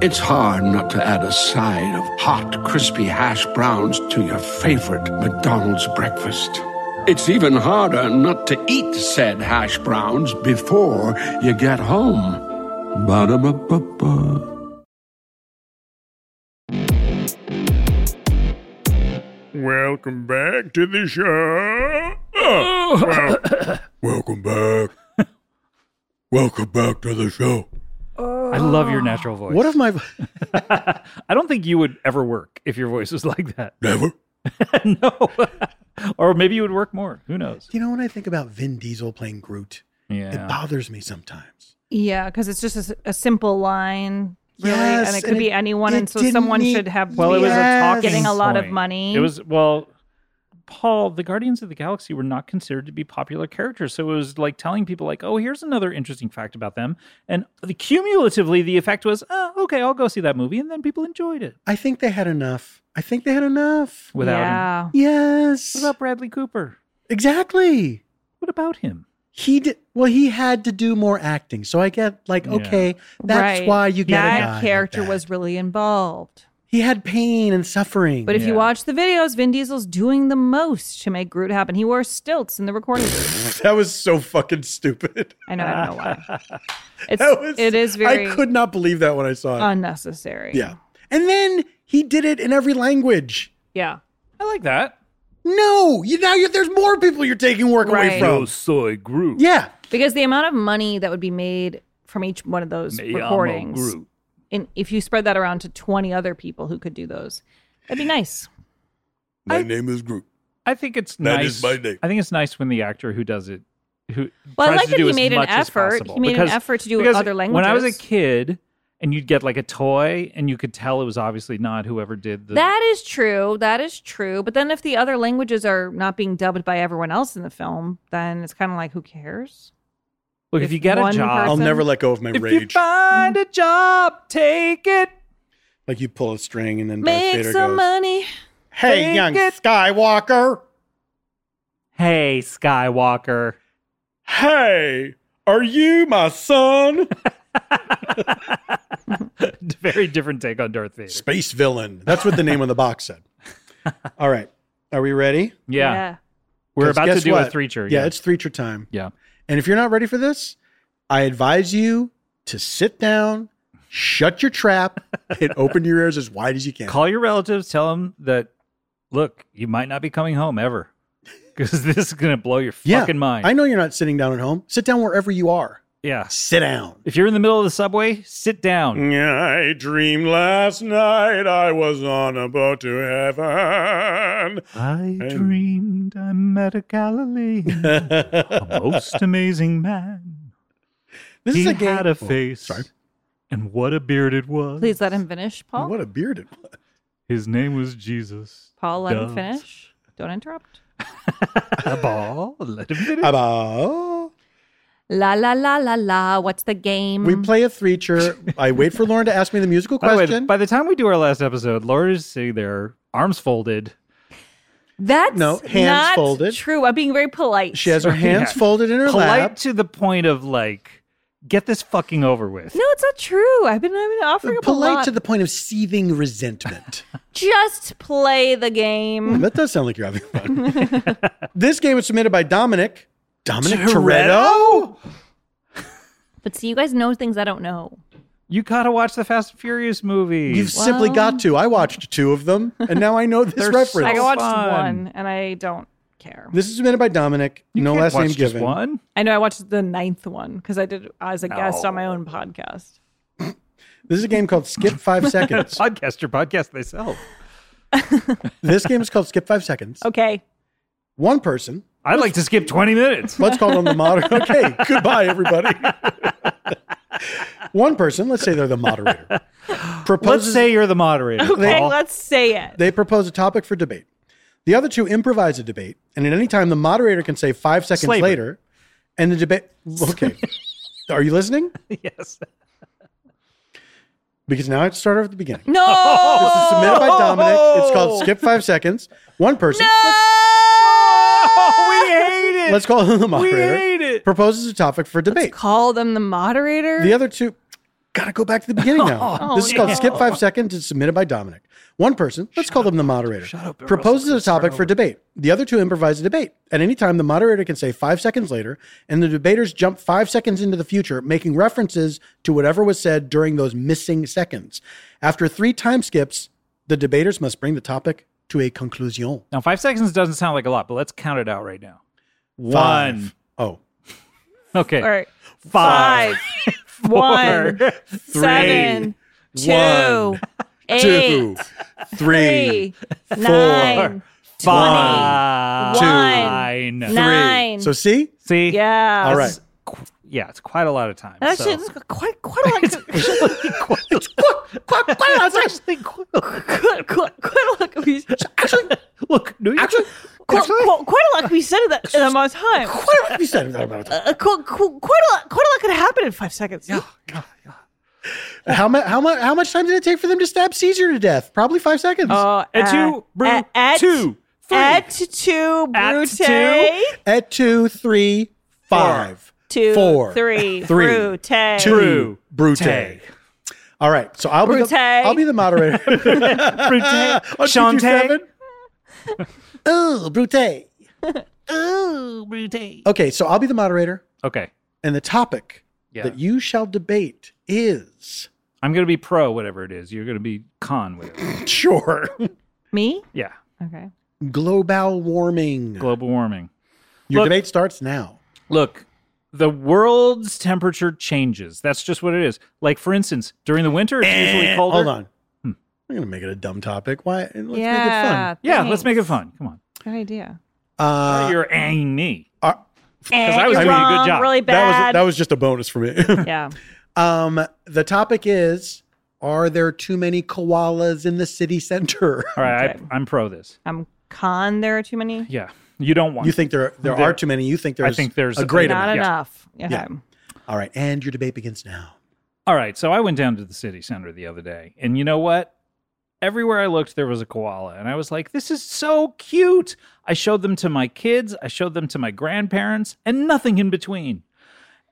Speaker 7: It's hard not to add a side of hot, crispy hash browns to your favorite McDonald's breakfast. It's even harder not to eat said hash browns before you get home. Ba-da-ba-ba-ba.
Speaker 11: Welcome back to the show. Oh, well, welcome back. Welcome back to the show.
Speaker 3: i love your natural voice
Speaker 1: What if my
Speaker 3: i don't think you would ever work if your voice was like that
Speaker 11: Never.
Speaker 3: no or maybe you would work more who knows
Speaker 1: you know when I think about Vin Diesel playing Groot,
Speaker 3: yeah
Speaker 1: it bothers me sometimes.
Speaker 2: Yeah, because it's just a, s- a simple line, really,
Speaker 1: Yes,
Speaker 2: and it could
Speaker 1: and
Speaker 2: be
Speaker 1: it-
Speaker 2: anyone,
Speaker 1: it
Speaker 2: and so
Speaker 1: didn't
Speaker 2: someone
Speaker 1: need-
Speaker 2: should have.
Speaker 3: Well, it was a
Speaker 1: Yes.
Speaker 3: talking
Speaker 2: getting a lot of
Speaker 3: point.
Speaker 2: money.
Speaker 3: It was well, Paul. The Guardians of the Galaxy were not considered to be popular characters, so it was like telling people, like, "Oh, here's another interesting fact about them." And the, cumulatively, the effect was, "Oh, okay, I'll go see that movie," and then people enjoyed it
Speaker 1: I think they had enough. I think they had enough.
Speaker 3: without him.
Speaker 2: yeah.
Speaker 1: Yes.
Speaker 3: What about Bradley Cooper?
Speaker 1: Exactly.
Speaker 3: What about him?
Speaker 1: He did well. He had to do more acting, so I get like,
Speaker 3: Yeah.
Speaker 1: okay, that's
Speaker 2: Right.
Speaker 1: why you get a guy
Speaker 2: that
Speaker 1: like
Speaker 2: character
Speaker 1: that.
Speaker 2: was really involved.
Speaker 1: He had pain and suffering.
Speaker 2: But if you
Speaker 3: Yeah.
Speaker 2: watch the videos, Vin Diesel's doing the most to make Groot happen. He wore stilts in the recording.
Speaker 1: that was so fucking stupid.
Speaker 2: I know, I don't know why. It's
Speaker 1: That was,
Speaker 2: it is very
Speaker 1: I could not believe that when I saw it.
Speaker 2: unnecessary.
Speaker 1: yeah, and then he did it in every language.
Speaker 2: yeah.
Speaker 3: I like that.
Speaker 1: No, you now you there's more people you're taking work
Speaker 2: Right.
Speaker 1: away from.
Speaker 3: soy Groot.
Speaker 1: Yeah,
Speaker 2: Because the amount of money that would be made from each one of those recordings, and if you spread that around to twenty other people who could do those, that'd be nice.
Speaker 11: My name is Groot.
Speaker 3: I think it's
Speaker 11: That
Speaker 3: nice.
Speaker 11: is my name.
Speaker 3: I think it's nice when the actor who does it, who
Speaker 2: Well, I
Speaker 3: tries
Speaker 2: like
Speaker 3: to
Speaker 2: that
Speaker 3: do
Speaker 2: he
Speaker 3: as
Speaker 2: made an
Speaker 3: much as
Speaker 2: effort.
Speaker 3: possible.
Speaker 2: He made an
Speaker 3: Because-
Speaker 2: effort to do
Speaker 3: because
Speaker 2: other languages.
Speaker 3: When I was a kid, and you'd get like a toy, and you could tell it was obviously not whoever did the.
Speaker 2: that is true. That is true. But then if the other languages are not being dubbed by everyone else in the film, then it's kind of like who cares?
Speaker 3: Look, if,
Speaker 2: if
Speaker 3: you get a
Speaker 2: one
Speaker 3: job,
Speaker 1: I'll
Speaker 2: person-
Speaker 1: never let go of my
Speaker 3: if you
Speaker 1: rage.
Speaker 3: find a job, take it.
Speaker 1: like you pull a string and then Darth
Speaker 2: Make
Speaker 1: Vader
Speaker 2: some
Speaker 1: goes,
Speaker 2: money.
Speaker 1: "Hey, young
Speaker 3: Make it-
Speaker 1: Skywalker,
Speaker 3: Hey, Skywalker.
Speaker 1: hey, are you my son?"
Speaker 3: Very different take on Darth Vader.
Speaker 1: Space villain. That's what the name on the box said. All right. Are we ready?
Speaker 3: Yeah. We're
Speaker 1: 'Cause
Speaker 3: about to
Speaker 1: guess
Speaker 3: do a
Speaker 1: what?
Speaker 3: three-cheer.
Speaker 1: Yeah, it's three-cheer time.
Speaker 3: Yeah.
Speaker 1: And if you're not ready for this, I advise you to sit down, shut your trap, and open your ears as wide as you can.
Speaker 3: Call your relatives, tell them that, look, you might not be coming home ever because this is going to blow your
Speaker 1: Yeah,
Speaker 3: fucking mind.
Speaker 1: I know you're not sitting down at home. Sit down wherever you are.
Speaker 3: Yeah.
Speaker 1: Sit down.
Speaker 3: If you're in the middle of the subway, sit down.
Speaker 11: I dreamed last night I was on a boat to heaven.
Speaker 3: I dreamed I met a Galilean, a most amazing man.
Speaker 1: This
Speaker 3: he
Speaker 1: is a game.
Speaker 3: had a
Speaker 1: Oh,
Speaker 3: face,
Speaker 1: sorry.
Speaker 3: and what a beard it was.
Speaker 2: Please let him finish, Paul.
Speaker 1: What a beard it was.
Speaker 3: His name was Jesus.
Speaker 2: Paul, let him
Speaker 3: Duh.
Speaker 2: finish. Don't interrupt.
Speaker 3: A ball. Let him finish.
Speaker 1: About-
Speaker 2: La la la la la. What's the game?
Speaker 1: We play a three-cheer. I wait for Lauren to ask me the musical
Speaker 3: By the, way,
Speaker 1: question.
Speaker 3: by the time we do our last episode, Laura's sitting there, arms folded.
Speaker 2: That's
Speaker 1: No, hands
Speaker 2: not
Speaker 1: folded.
Speaker 2: True. I'm being very polite.
Speaker 1: she has her hands
Speaker 3: Yeah.
Speaker 1: folded in her
Speaker 3: polite
Speaker 1: lap.
Speaker 3: to the point of like, get this fucking over with.
Speaker 2: No, it's not true. I've been, I've been offering up a
Speaker 1: polite
Speaker 2: lot.
Speaker 1: to the point of seething resentment. Hmm,
Speaker 2: Just play the game.
Speaker 1: that does sound like you're having fun. this game was submitted by Dominic. Dominic Toretto?
Speaker 3: Toretto?
Speaker 2: But see, you guys know things I don't know.
Speaker 3: You gotta watch the Fast and Furious movies.
Speaker 1: You've simply got to. I watched two of them, and now I know this
Speaker 3: They're
Speaker 1: reference.
Speaker 3: so-
Speaker 2: I watched
Speaker 3: fun.
Speaker 2: one and I don't care.
Speaker 1: this is submitted by Dominic.
Speaker 3: You
Speaker 1: no
Speaker 3: can't
Speaker 1: last
Speaker 3: watch
Speaker 1: name
Speaker 3: just
Speaker 1: given.
Speaker 3: One.
Speaker 2: I know I watched the ninth one because I did as a guest on my own podcast.
Speaker 1: This is a game called Skip Five Seconds.
Speaker 3: Podcaster podcast themselves.
Speaker 1: this game is called Skip Five Seconds.
Speaker 2: Okay.
Speaker 1: One person.
Speaker 3: I'd like to skip 20 minutes.
Speaker 1: Let's call them the moderator. Okay, goodbye, everybody. One person. Let's say they're the moderator.
Speaker 3: Let's
Speaker 1: Proposes
Speaker 3: say you're the moderator.
Speaker 2: Okay,
Speaker 3: Paul.
Speaker 2: let's say it.
Speaker 1: They propose a topic for debate. The other two improvise a debate, and at any time the moderator can say five seconds
Speaker 3: Slavery.
Speaker 1: later, and the debate. Okay, are you listening?
Speaker 3: yes.
Speaker 1: Because now I have to start over at the beginning.
Speaker 2: no.
Speaker 1: This is submitted by Dominic. It's called "Skip Five Seconds." One person.
Speaker 3: Oh, we hate it.
Speaker 1: Let's call him the
Speaker 3: we
Speaker 1: moderator.
Speaker 3: hate it.
Speaker 1: Proposes a topic for debate.
Speaker 2: Call them the moderator.
Speaker 1: The other two. Gotta go back to the beginning now.
Speaker 2: Oh,
Speaker 1: this is called
Speaker 2: no.
Speaker 1: Skip Five Seconds. It's submitted by Dominic. One person, let's call them the moderator, proposes a topic for debate. The other two improvise a debate. At any time, the moderator can say five seconds later, and the debaters jump five seconds into the future, making references to whatever was said during those missing seconds. After three time skips, the debaters must bring the topic to a conclusion.
Speaker 3: Now, five seconds doesn't sound like a lot, but let's count it out right now.
Speaker 1: Five. Oh,
Speaker 3: Okay.
Speaker 2: All right.
Speaker 3: Five,
Speaker 2: Five, one, seven, two,
Speaker 1: one,
Speaker 2: eight, three,
Speaker 1: three,
Speaker 2: nine,
Speaker 3: Fine.
Speaker 2: One.
Speaker 3: Fine.
Speaker 2: nine.
Speaker 1: So see,
Speaker 3: See?
Speaker 2: yeah.
Speaker 1: all right.
Speaker 3: Qu- Yeah, it's quite a lot of time.
Speaker 2: That's
Speaker 3: so-
Speaker 2: actually it's quite quite a lot. It's
Speaker 3: It's quite, quite, quite a lot of time.
Speaker 2: quite, quite, quite a lot. Of, we-
Speaker 3: Actually, look, New York.
Speaker 2: quite, quite, quite a lot we said in that in that amount of time.
Speaker 1: Quite a lot to be said about that.
Speaker 2: Uh, quite, quite, quite a lot. Quite a lot could happen in five seconds. Yeah.
Speaker 1: How, mu- how, mu- how much time did it take for them to stab Caesar to death? Probably five seconds.
Speaker 2: Uh,
Speaker 3: At two, brew, two, three.
Speaker 2: At two,
Speaker 3: At
Speaker 2: brute.
Speaker 3: two,
Speaker 1: At two, three, five,
Speaker 2: two,
Speaker 1: four,
Speaker 2: three,
Speaker 1: three,
Speaker 2: brute.
Speaker 1: two,
Speaker 3: Brew.
Speaker 1: brute.
Speaker 3: Tay.
Speaker 1: All right, so I'll be
Speaker 2: Brute.
Speaker 1: the, I'll be the moderator.
Speaker 3: Brute.
Speaker 1: Seven. Ooh, brute.
Speaker 3: Ooh, Brute.
Speaker 1: Okay, so I'll be the moderator,
Speaker 3: Okay.
Speaker 1: and the topic
Speaker 3: Yeah.
Speaker 1: that you shall debate is
Speaker 3: I'm going to be pro, whatever it is. You're going to be con, whatever.
Speaker 1: sure
Speaker 2: Me?
Speaker 3: yeah.
Speaker 2: Okay.
Speaker 1: global warming.
Speaker 3: Global warming.
Speaker 1: Your
Speaker 3: Look-
Speaker 1: debate starts now.
Speaker 3: Look, the world's temperature changes. That's just what it is. Like, for instance, during the winter, it's usually colder.
Speaker 1: Eh,
Speaker 3: Hmm.
Speaker 1: Hold on. We're gonna make it a dumb topic. Why? Let's make it fun.
Speaker 3: Yeah, let's make it fun. Come on.
Speaker 2: Good idea.
Speaker 1: Uh,
Speaker 3: You're anging me.
Speaker 1: are-
Speaker 2: Because
Speaker 3: I was doing a good job.
Speaker 2: Really
Speaker 1: that was
Speaker 2: bad.
Speaker 1: that was just a bonus for me.
Speaker 2: yeah.
Speaker 1: Um, the topic is: Are there too many koalas in the city center?
Speaker 3: All right,
Speaker 2: Okay.
Speaker 3: I, I'm pro this.
Speaker 2: I'm con. There are too many.
Speaker 3: Yeah, you don't want.
Speaker 1: You think there there,
Speaker 3: There-
Speaker 1: are too many? You think there's?
Speaker 3: think there's
Speaker 1: a great
Speaker 2: Not
Speaker 1: amount.
Speaker 3: Yeah.
Speaker 2: enough. Yeah.
Speaker 1: Yeah. All right, and your debate begins now.
Speaker 3: All right, so I went down to the city center the other day, and you know what? Everywhere I looked, there was a koala, and I was like, "This is so cute." I showed them to my kids, I showed them to my grandparents, and nothing in between.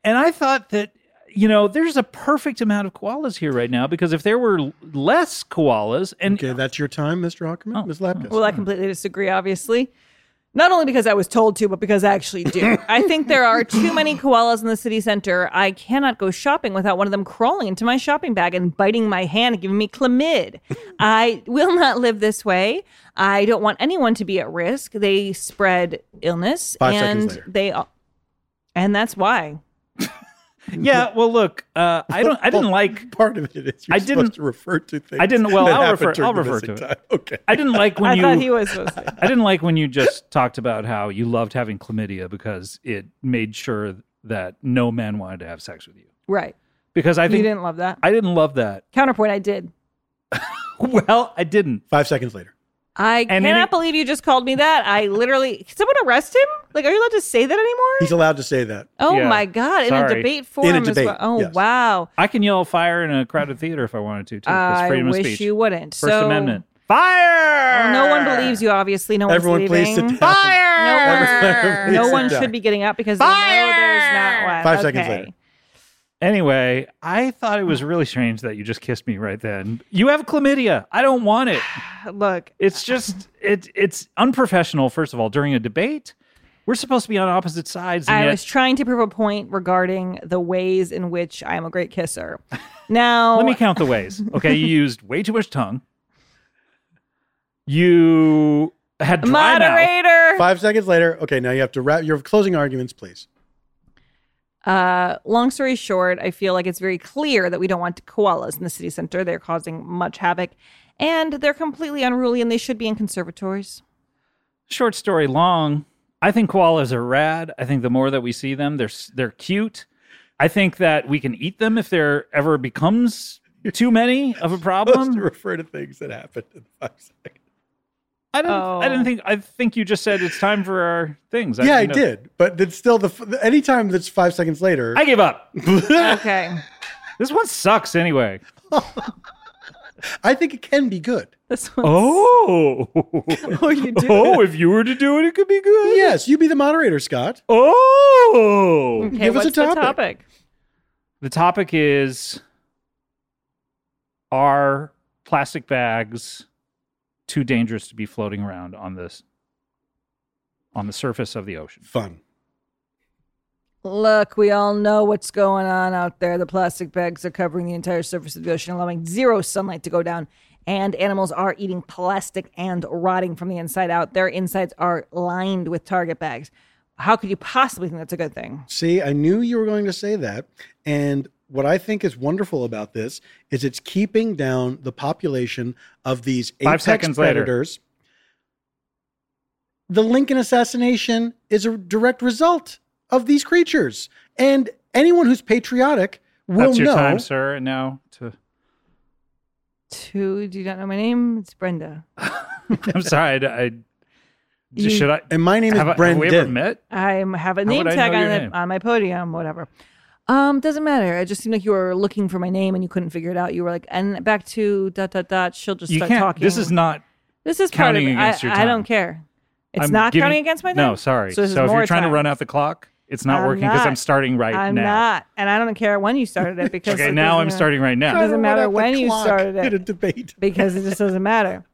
Speaker 3: And I thought that you know, there's a perfect amount of koalas here right now because if there were l- less koalas and Oh.
Speaker 1: Okay, that's your time, Mr. Hockerman. Ms. Lapkus.
Speaker 2: Well, I completely disagree, obviously. Not only because I was told to, but because I actually do. I think there are too many koalas in the city center. I cannot go shopping without one of them crawling into my shopping bag and biting my hand and giving me chlamyd. I will not live this way. I don't want anyone to be at risk. They spread illness
Speaker 1: Five seconds
Speaker 2: and
Speaker 1: later.
Speaker 2: they all, and that's why.
Speaker 3: yeah, well, look, uh, I don't, I didn't like
Speaker 1: Part of it is you're
Speaker 3: I
Speaker 1: supposed
Speaker 3: didn't-
Speaker 1: to refer to things.
Speaker 3: I didn't- well,
Speaker 1: that
Speaker 3: I'll
Speaker 1: happened
Speaker 3: refer-
Speaker 1: during
Speaker 3: I'll
Speaker 1: the
Speaker 3: refer
Speaker 1: missing
Speaker 3: to it.
Speaker 1: time. Okay.
Speaker 3: I didn't like when
Speaker 2: I
Speaker 3: you.
Speaker 2: thought he was supposed to.
Speaker 3: I didn't like when you just talked about how you loved having chlamydia because it made sure that no man wanted to have sex with you.
Speaker 2: Right.
Speaker 3: Because I
Speaker 2: you
Speaker 3: think
Speaker 2: didn't love that.
Speaker 3: I didn't love that.
Speaker 2: Counterpoint, I did.
Speaker 3: Well, I didn't.
Speaker 1: Five seconds later.
Speaker 2: I
Speaker 3: And
Speaker 2: cannot
Speaker 3: any-
Speaker 2: believe you just called me that. I literally, can someone arrest him? Like, are you allowed to say that anymore?
Speaker 1: He's allowed to say that.
Speaker 2: Oh
Speaker 3: Yeah.
Speaker 2: my god! In a
Speaker 3: Sorry.
Speaker 2: debate forum as
Speaker 1: debate,
Speaker 2: well. Oh
Speaker 1: yes.
Speaker 2: wow!
Speaker 3: I can yell fire in a crowded theater if I wanted to. Too. That's
Speaker 2: I
Speaker 3: freedom
Speaker 2: wish
Speaker 3: of speech.
Speaker 2: you wouldn't.
Speaker 3: First
Speaker 2: so,
Speaker 3: Amendment. Fire.
Speaker 2: No one believes you. Obviously, no
Speaker 1: Everyone,
Speaker 2: one's
Speaker 1: please
Speaker 2: leaving.
Speaker 1: sit down.
Speaker 2: No
Speaker 1: Everyone,
Speaker 2: one, no
Speaker 1: please
Speaker 2: one
Speaker 1: sit
Speaker 2: should
Speaker 1: down.
Speaker 2: be getting up because they know there's not one.
Speaker 1: Five seconds
Speaker 2: Uh, Okay.
Speaker 1: later.
Speaker 3: Anyway, I thought it was really strange that you just kissed me right then. You have chlamydia. I don't want it.
Speaker 2: Look,
Speaker 3: It's just it it's unprofessional. First of all, during a debate, we're supposed to be on opposite sides. And
Speaker 2: I
Speaker 3: yet,
Speaker 2: was trying to prove a point regarding the ways in which I am a great kisser. Now,
Speaker 3: let me count the ways. Okay, you used way too much tongue. You had dry mouth.
Speaker 2: moderator.
Speaker 1: Five seconds later. Okay, now you have to wrap your closing arguments, please.
Speaker 2: Uh, long story short, I feel like it's very clear that we don't want koalas in the city center. They're causing much havoc, and they're completely unruly, and they should be in conservatories.
Speaker 3: Short story long. I think koalas are rad. I think the more that we see them, they're s- they're cute. I think that we can eat them if there ever becomes too many of a
Speaker 1: Supposed to
Speaker 3: problem.
Speaker 1: refer to things that happened in five seconds.
Speaker 3: I don't. I
Speaker 2: Oh.
Speaker 3: didn't think. I think you just said it's time for our things.
Speaker 1: yeah, I
Speaker 3: didn't know-
Speaker 1: did, but it's still the f- anytime that's five seconds later.
Speaker 3: I gave up.
Speaker 2: Okay,
Speaker 3: This one sucks anyway.
Speaker 1: I think it can be good.
Speaker 2: this one.
Speaker 3: Oh.
Speaker 2: oh, you do.
Speaker 3: oh, if you were to do it, it could be good.
Speaker 1: Yes, you be the moderator, Scott.
Speaker 3: Oh.
Speaker 2: Okay,
Speaker 1: Give us
Speaker 2: what's
Speaker 1: a
Speaker 2: the
Speaker 1: topic.
Speaker 2: topic?
Speaker 3: The topic is Are plastic bags too dangerous to be floating around on this on the surface of the ocean?
Speaker 1: Fun.
Speaker 2: Look, we all know what's going on out there. The plastic bags are covering the entire surface of the ocean, allowing zero sunlight to go down. And animals are eating plastic and rotting from the inside out. Their insides are lined with target bags. How could you possibly think that's a good thing?
Speaker 1: See, I knew you were going to say that. And what I think is wonderful about this is it's keeping down the population of these
Speaker 3: Five
Speaker 1: apex
Speaker 3: seconds later.
Speaker 1: predators. The Lincoln assassination is a direct result of these creatures. And anyone who's patriotic will
Speaker 3: That's your
Speaker 1: know.
Speaker 3: time, sir. And now to
Speaker 2: Two, do you not know my name? It's Brenda.
Speaker 3: I'm sorry. I, I
Speaker 2: You-
Speaker 3: should I
Speaker 1: And my name is
Speaker 3: have, I- have we ever
Speaker 1: Brendan.
Speaker 3: met?
Speaker 2: I have a
Speaker 3: How
Speaker 2: name
Speaker 3: would I
Speaker 2: tag
Speaker 3: know
Speaker 2: on,
Speaker 3: your
Speaker 2: it-
Speaker 3: name?
Speaker 2: on my podium, whatever. Um, doesn't matter. It just seemed like you were looking for my name and you couldn't figure it out. You were like, and back to dot dot dot. She'll just
Speaker 3: You
Speaker 2: start
Speaker 3: can't.
Speaker 2: talking.
Speaker 3: This is not
Speaker 2: This is part
Speaker 3: counting
Speaker 2: of,
Speaker 3: against
Speaker 2: I,
Speaker 3: your
Speaker 2: I
Speaker 3: time.
Speaker 2: don't care. It's
Speaker 3: I'm
Speaker 2: not
Speaker 3: giving-
Speaker 2: counting against my time.
Speaker 3: No, sorry.
Speaker 2: So,
Speaker 3: So,
Speaker 2: this is
Speaker 3: if
Speaker 2: more
Speaker 3: you're trying
Speaker 2: time.
Speaker 3: to run out the clock, it's not
Speaker 2: I'm
Speaker 3: working because I'm
Speaker 2: not.
Speaker 3: starting right
Speaker 2: I'm
Speaker 3: now.
Speaker 2: not, and I don't care when you started it because
Speaker 3: Okay,
Speaker 2: it
Speaker 3: now
Speaker 2: doesn't
Speaker 3: I'm
Speaker 2: matter-
Speaker 3: starting right
Speaker 2: It
Speaker 3: now.
Speaker 2: doesn't matter when you started
Speaker 1: In a
Speaker 2: it
Speaker 1: debate.
Speaker 2: because it just doesn't matter,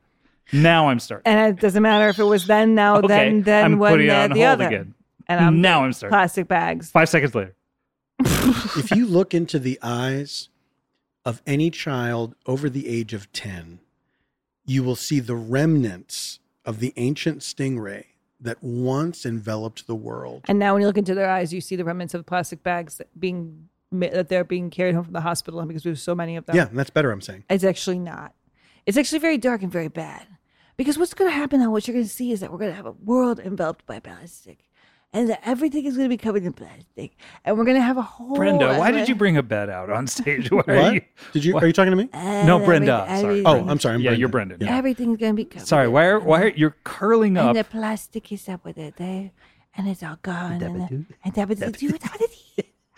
Speaker 3: Now I'm starting.
Speaker 2: and it doesn't matter if it was then, now,
Speaker 3: Okay,
Speaker 2: then, then,
Speaker 3: I'm
Speaker 2: when,
Speaker 3: putting it
Speaker 2: then,
Speaker 3: on
Speaker 2: the
Speaker 3: hold
Speaker 2: other.
Speaker 3: again.
Speaker 2: And I'm
Speaker 3: now I'm starting.
Speaker 2: plastic bags.
Speaker 3: Five seconds later.
Speaker 1: if you look into the eyes of any child over the age of 10, you will see the remnants of the ancient stingray that once enveloped the world.
Speaker 2: And now, when you look into their eyes, you see the remnants of plastic bags that being ma- that they're being carried home from the hospital, and because we have so many of them.
Speaker 1: Yeah, that's better, I'm saying.
Speaker 2: It's actually not. It's actually very dark and very bad. Because what's going to happen now, what you're going to see is that we're going to have a world enveloped by plastic. And that everything is going to be covered in plastic. And we're going to have a whole.
Speaker 3: Brenda, why did you bring a bed out on stage? Why are
Speaker 1: What?
Speaker 3: you-
Speaker 1: Did you
Speaker 3: what-
Speaker 1: are you talking to me?
Speaker 2: And
Speaker 3: No, Brenda,
Speaker 2: Uh, every-
Speaker 3: sorry.
Speaker 1: Oh,
Speaker 2: everything-
Speaker 1: I'm sorry. I'm
Speaker 3: yeah,
Speaker 1: Brendan.
Speaker 3: you're Brendan.
Speaker 1: Yeah.
Speaker 2: Everything's going to be covered.
Speaker 3: Sorry, why are why are you're curling
Speaker 2: And
Speaker 3: up?
Speaker 2: the plastic is up with it. eh? And it's all gone. And the- and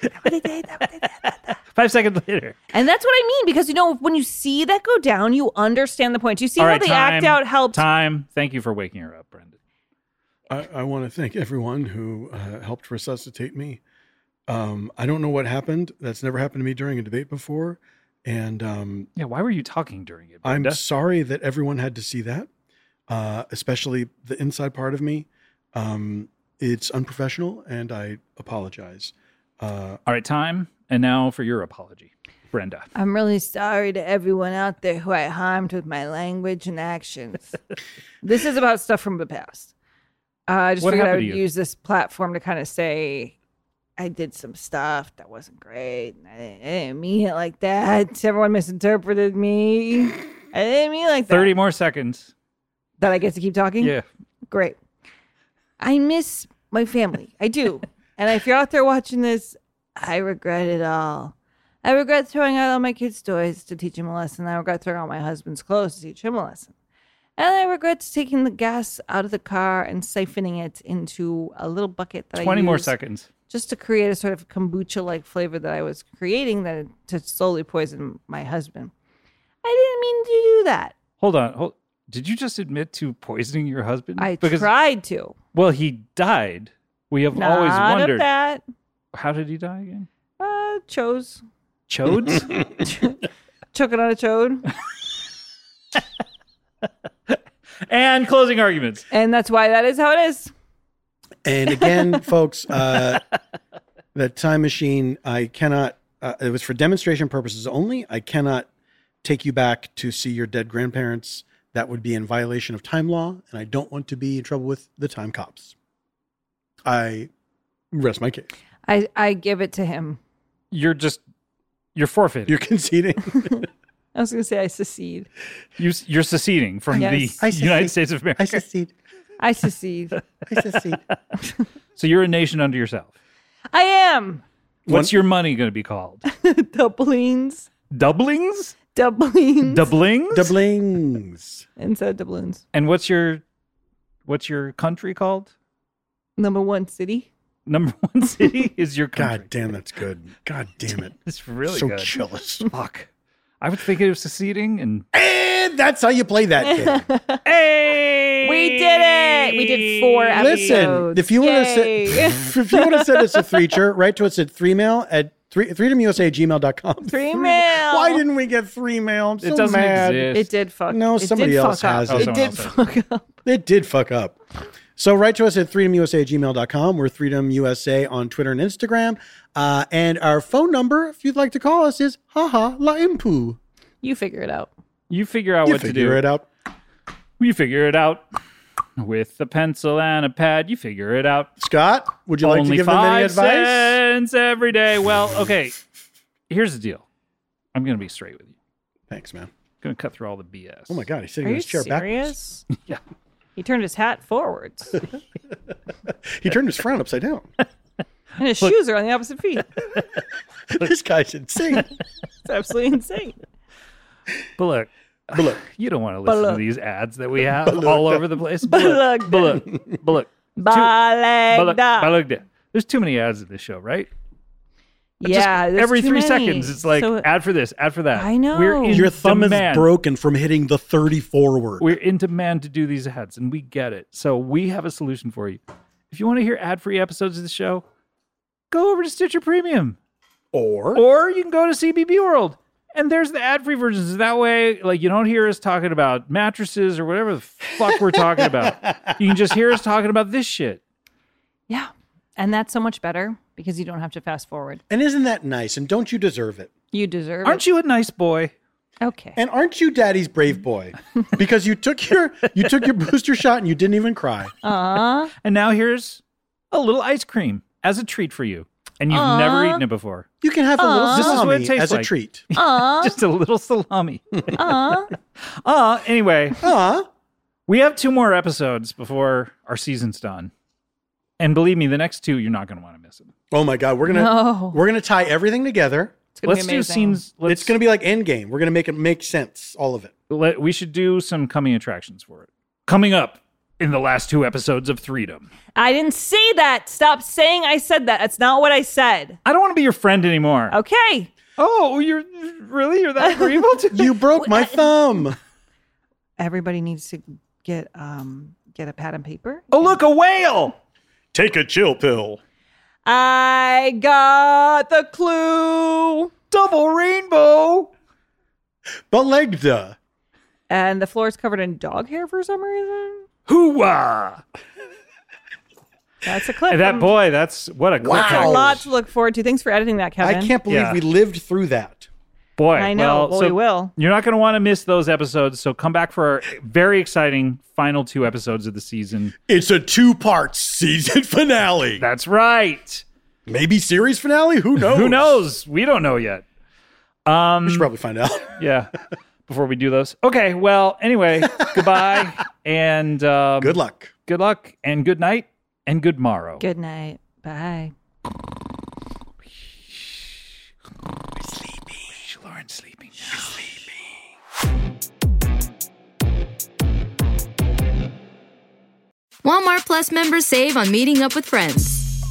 Speaker 2: the-
Speaker 3: Five seconds later.
Speaker 2: And that's what I mean because you know when you see that go down, you understand the point. You see
Speaker 3: All
Speaker 2: how
Speaker 3: right,
Speaker 2: the
Speaker 3: time,
Speaker 2: act out helped.
Speaker 3: Time. Thank you for waking her up, Brendan.
Speaker 1: I, I want to thank everyone who uh, helped resuscitate me. Um, I don't know what happened. That's never happened to me during a debate before. And um,
Speaker 3: Yeah, why were you talking during it?
Speaker 1: I'm
Speaker 3: Brenda?
Speaker 1: sorry that everyone had to see that, uh, especially the inside part of me. Um, it's unprofessional, and I apologize. Uh,
Speaker 3: All right, time. And now for your apology, Brenda.
Speaker 2: I'm really sorry to everyone out there who I harmed with my language and actions. this is about stuff from the past. Uh, I just
Speaker 3: What
Speaker 2: figured I would
Speaker 3: happened to you?
Speaker 2: use this platform to kind of say I did some stuff that wasn't great. and I didn't, I didn't mean it like that. Everyone misinterpreted me. I didn't mean it like that.
Speaker 3: 30 more seconds.
Speaker 2: That I get to keep talking?
Speaker 3: Yeah.
Speaker 2: Great. I miss my family. I do. and if you're out there watching this, I regret it all. I regret throwing out all my kids' toys to teach him a lesson. I regret throwing out my husband's clothes to teach him a lesson. And I regret taking the gas out of the car and siphoning it into a little bucket that I
Speaker 3: 20 more
Speaker 2: used
Speaker 3: seconds.
Speaker 2: just to create a sort of kombucha like flavor that I was creating that to slowly poison my husband. I didn't mean to do that.
Speaker 3: Hold on. Hold. Did you just admit to poisoning your husband?
Speaker 2: I tried to.
Speaker 3: Well, he died. We have always
Speaker 2: Not of
Speaker 3: wondered
Speaker 2: that.
Speaker 3: how did he die again?
Speaker 2: Uh, chose.
Speaker 3: Chodes?
Speaker 2: Choking on a chode.
Speaker 3: and closing arguments.
Speaker 2: and that's why that is how it is.
Speaker 1: And again, folks, uh, the time machine, I cannot, uh, it was for demonstration purposes only. I cannot take you back to see your dead grandparents. That would be in violation of time law, and I don't want to be in trouble with the time cops. I rest my case.
Speaker 2: I, I give it to him.
Speaker 3: You're just you're forfeiting.
Speaker 1: You're conceding.
Speaker 2: I was going to say I secede.
Speaker 3: You're, you're seceding from
Speaker 2: Yes.
Speaker 3: the
Speaker 2: I
Speaker 3: United States of America.
Speaker 1: I secede.
Speaker 2: I secede.
Speaker 1: I secede.
Speaker 3: so you're a nation unto yourself.
Speaker 2: I am.
Speaker 3: What's your money going to be called?
Speaker 2: Doublings.
Speaker 3: Doublings?
Speaker 2: Doublings.
Speaker 3: Doublings?
Speaker 1: Doublings.
Speaker 2: Instead of doubloons.
Speaker 3: and what's your what's your country called?
Speaker 2: Number one city.
Speaker 3: Number one city is your country.
Speaker 1: God damn, that's good. God damn it.
Speaker 3: It's really
Speaker 1: so
Speaker 3: good.
Speaker 1: jealous.
Speaker 3: Fuck. I was thinking of seceding and
Speaker 1: And that's how you play that game.
Speaker 3: hey,
Speaker 2: We did it. We did four episodes.
Speaker 1: Listen, if you want to
Speaker 2: Yay.
Speaker 1: send, if you want to send us a three shirt, write to us at three mail at three freedomusa at gmail.com.
Speaker 2: Three mail.
Speaker 1: Why didn't we get three mail? I'm so
Speaker 3: It doesn't
Speaker 1: mad.
Speaker 3: exist.
Speaker 2: It did fuck.
Speaker 1: No,
Speaker 2: it did
Speaker 1: somebody else
Speaker 2: fuck
Speaker 1: has
Speaker 2: up.
Speaker 3: it.
Speaker 2: It
Speaker 3: Oh,
Speaker 2: did
Speaker 3: someone
Speaker 2: fuck up.
Speaker 1: It did fuck up. So write to us at freedomusa at gmail.com. We're Freedom USA on Twitter and Instagram. Uh, and our phone number, if you'd like to call us, is haha la impu.
Speaker 2: You figure it out.
Speaker 3: You figure out
Speaker 1: You
Speaker 3: what
Speaker 1: figure
Speaker 3: to do.
Speaker 1: it out.
Speaker 3: You figure it out with a pencil and a pad. You figure it out.
Speaker 1: Scott, would you like to
Speaker 3: Only
Speaker 1: give them any
Speaker 3: five
Speaker 1: advice?
Speaker 3: cents every day. Well, okay. Here's the deal. I'm going to be straight with you.
Speaker 1: Thanks, man.
Speaker 3: going to cut through all the BS.
Speaker 1: Oh my God, he's sitting
Speaker 2: Are
Speaker 1: in
Speaker 2: you
Speaker 1: his chair backwards.
Speaker 2: serious?
Speaker 3: Yeah.
Speaker 2: He turned his hat forwards.
Speaker 1: He turned his frown upside down.
Speaker 2: And his shoes are on the opposite feet.
Speaker 1: this guy's insane.
Speaker 2: It's absolutely insane.
Speaker 3: But look,
Speaker 1: But look,
Speaker 3: you don't want to listen
Speaker 2: look.
Speaker 3: to these ads that we have all over the place. But
Speaker 2: look.
Speaker 3: look, but look, but look, but look, but
Speaker 2: Balegda.
Speaker 3: look there. There's too many ads in this show, right? Just
Speaker 2: Yeah, there's
Speaker 3: every
Speaker 2: too
Speaker 3: three
Speaker 2: many.
Speaker 3: seconds, it's like
Speaker 2: So-
Speaker 3: ad for this, ad for that.
Speaker 2: I know.
Speaker 3: We're in
Speaker 1: your thumb
Speaker 3: demand.
Speaker 1: is broken from hitting the 30 forward.
Speaker 3: We're in demand to do these ads, and we get it. So we have a solution for you. If you want to hear ad-free episodes of the show, go over to Stitcher Premium,
Speaker 1: or,
Speaker 3: or you can go to CBB World, and there's the ad-free versions. That way, like you don't hear us talking about mattresses or whatever the fuck we're talking about. You can just hear us talking about this shit.
Speaker 2: Yeah. And that's so much better because you don't have to fast forward.
Speaker 1: and isn't that nice? And don't you deserve it?
Speaker 2: You deserve
Speaker 3: Aren't you a nice boy?
Speaker 2: it. Okay.
Speaker 1: And aren't you daddy's brave boy? Because you took your you took your booster shot and you didn't even cry.
Speaker 2: Aw.
Speaker 3: And now here's a little ice cream as a treat for you, and you've never eaten it before.
Speaker 1: You can have a little
Speaker 3: This is what it
Speaker 1: salami
Speaker 3: tastes
Speaker 1: as a
Speaker 3: like.
Speaker 1: treat.
Speaker 2: Aw.
Speaker 3: Just a little salami.
Speaker 2: Aw.
Speaker 3: Uh, anyway.
Speaker 1: Huh?
Speaker 3: We have two more episodes before our season's done. And believe me, the next two you're not going to want to miss it.
Speaker 1: Oh my god, we're gonna
Speaker 2: No.
Speaker 1: we're gonna tie everything together.
Speaker 2: It's gonna be
Speaker 3: Let's do
Speaker 2: amazing.
Speaker 3: scenes. Let's,
Speaker 1: it's gonna be like Endgame. We're gonna make it make sense, all of it.
Speaker 3: Let, we should do some coming attractions for it. Coming up in the last two episodes of Freedom.
Speaker 2: I didn't say that. Stop saying I said that. That's not what I said.
Speaker 3: I don't want to be your friend anymore.
Speaker 2: Okay.
Speaker 3: Oh, you're really you're that agreeable to?
Speaker 1: You broke my thumb.
Speaker 2: Everybody needs to get um get a pad and paper.
Speaker 3: oh, look a whale.
Speaker 11: Take a chill pill.
Speaker 2: I got the clue.
Speaker 5: Double rainbow.
Speaker 1: Belegda.
Speaker 2: And the floor is covered in dog hair for some reason.
Speaker 3: Hooah!
Speaker 2: That's a clip.
Speaker 3: That boy, that's what a clip
Speaker 2: That's
Speaker 3: that
Speaker 2: a
Speaker 3: was.
Speaker 2: lot to look forward to. Thanks for editing that, Kevin.
Speaker 1: I can't believe
Speaker 3: Yeah.
Speaker 1: we lived through that.
Speaker 3: Boy,
Speaker 2: I know. Well,
Speaker 3: so
Speaker 2: we will.
Speaker 3: You're not going to want to miss those episodes. So come back for our very exciting final two episodes of the season.
Speaker 1: It's a two part season finale.
Speaker 3: That's right.
Speaker 1: Maybe series finale? Who knows?
Speaker 3: Who knows? We don't know yet. Um,
Speaker 1: We should probably find out.
Speaker 3: Yeah. Before we do those. Okay. Well, anyway, goodbye and um,
Speaker 1: Good luck.
Speaker 3: Good luck and good night and good morrow.
Speaker 2: Good night. Bye.
Speaker 3: Lauren's sleeping.
Speaker 10: Walmart Plus members save on meeting up with friends.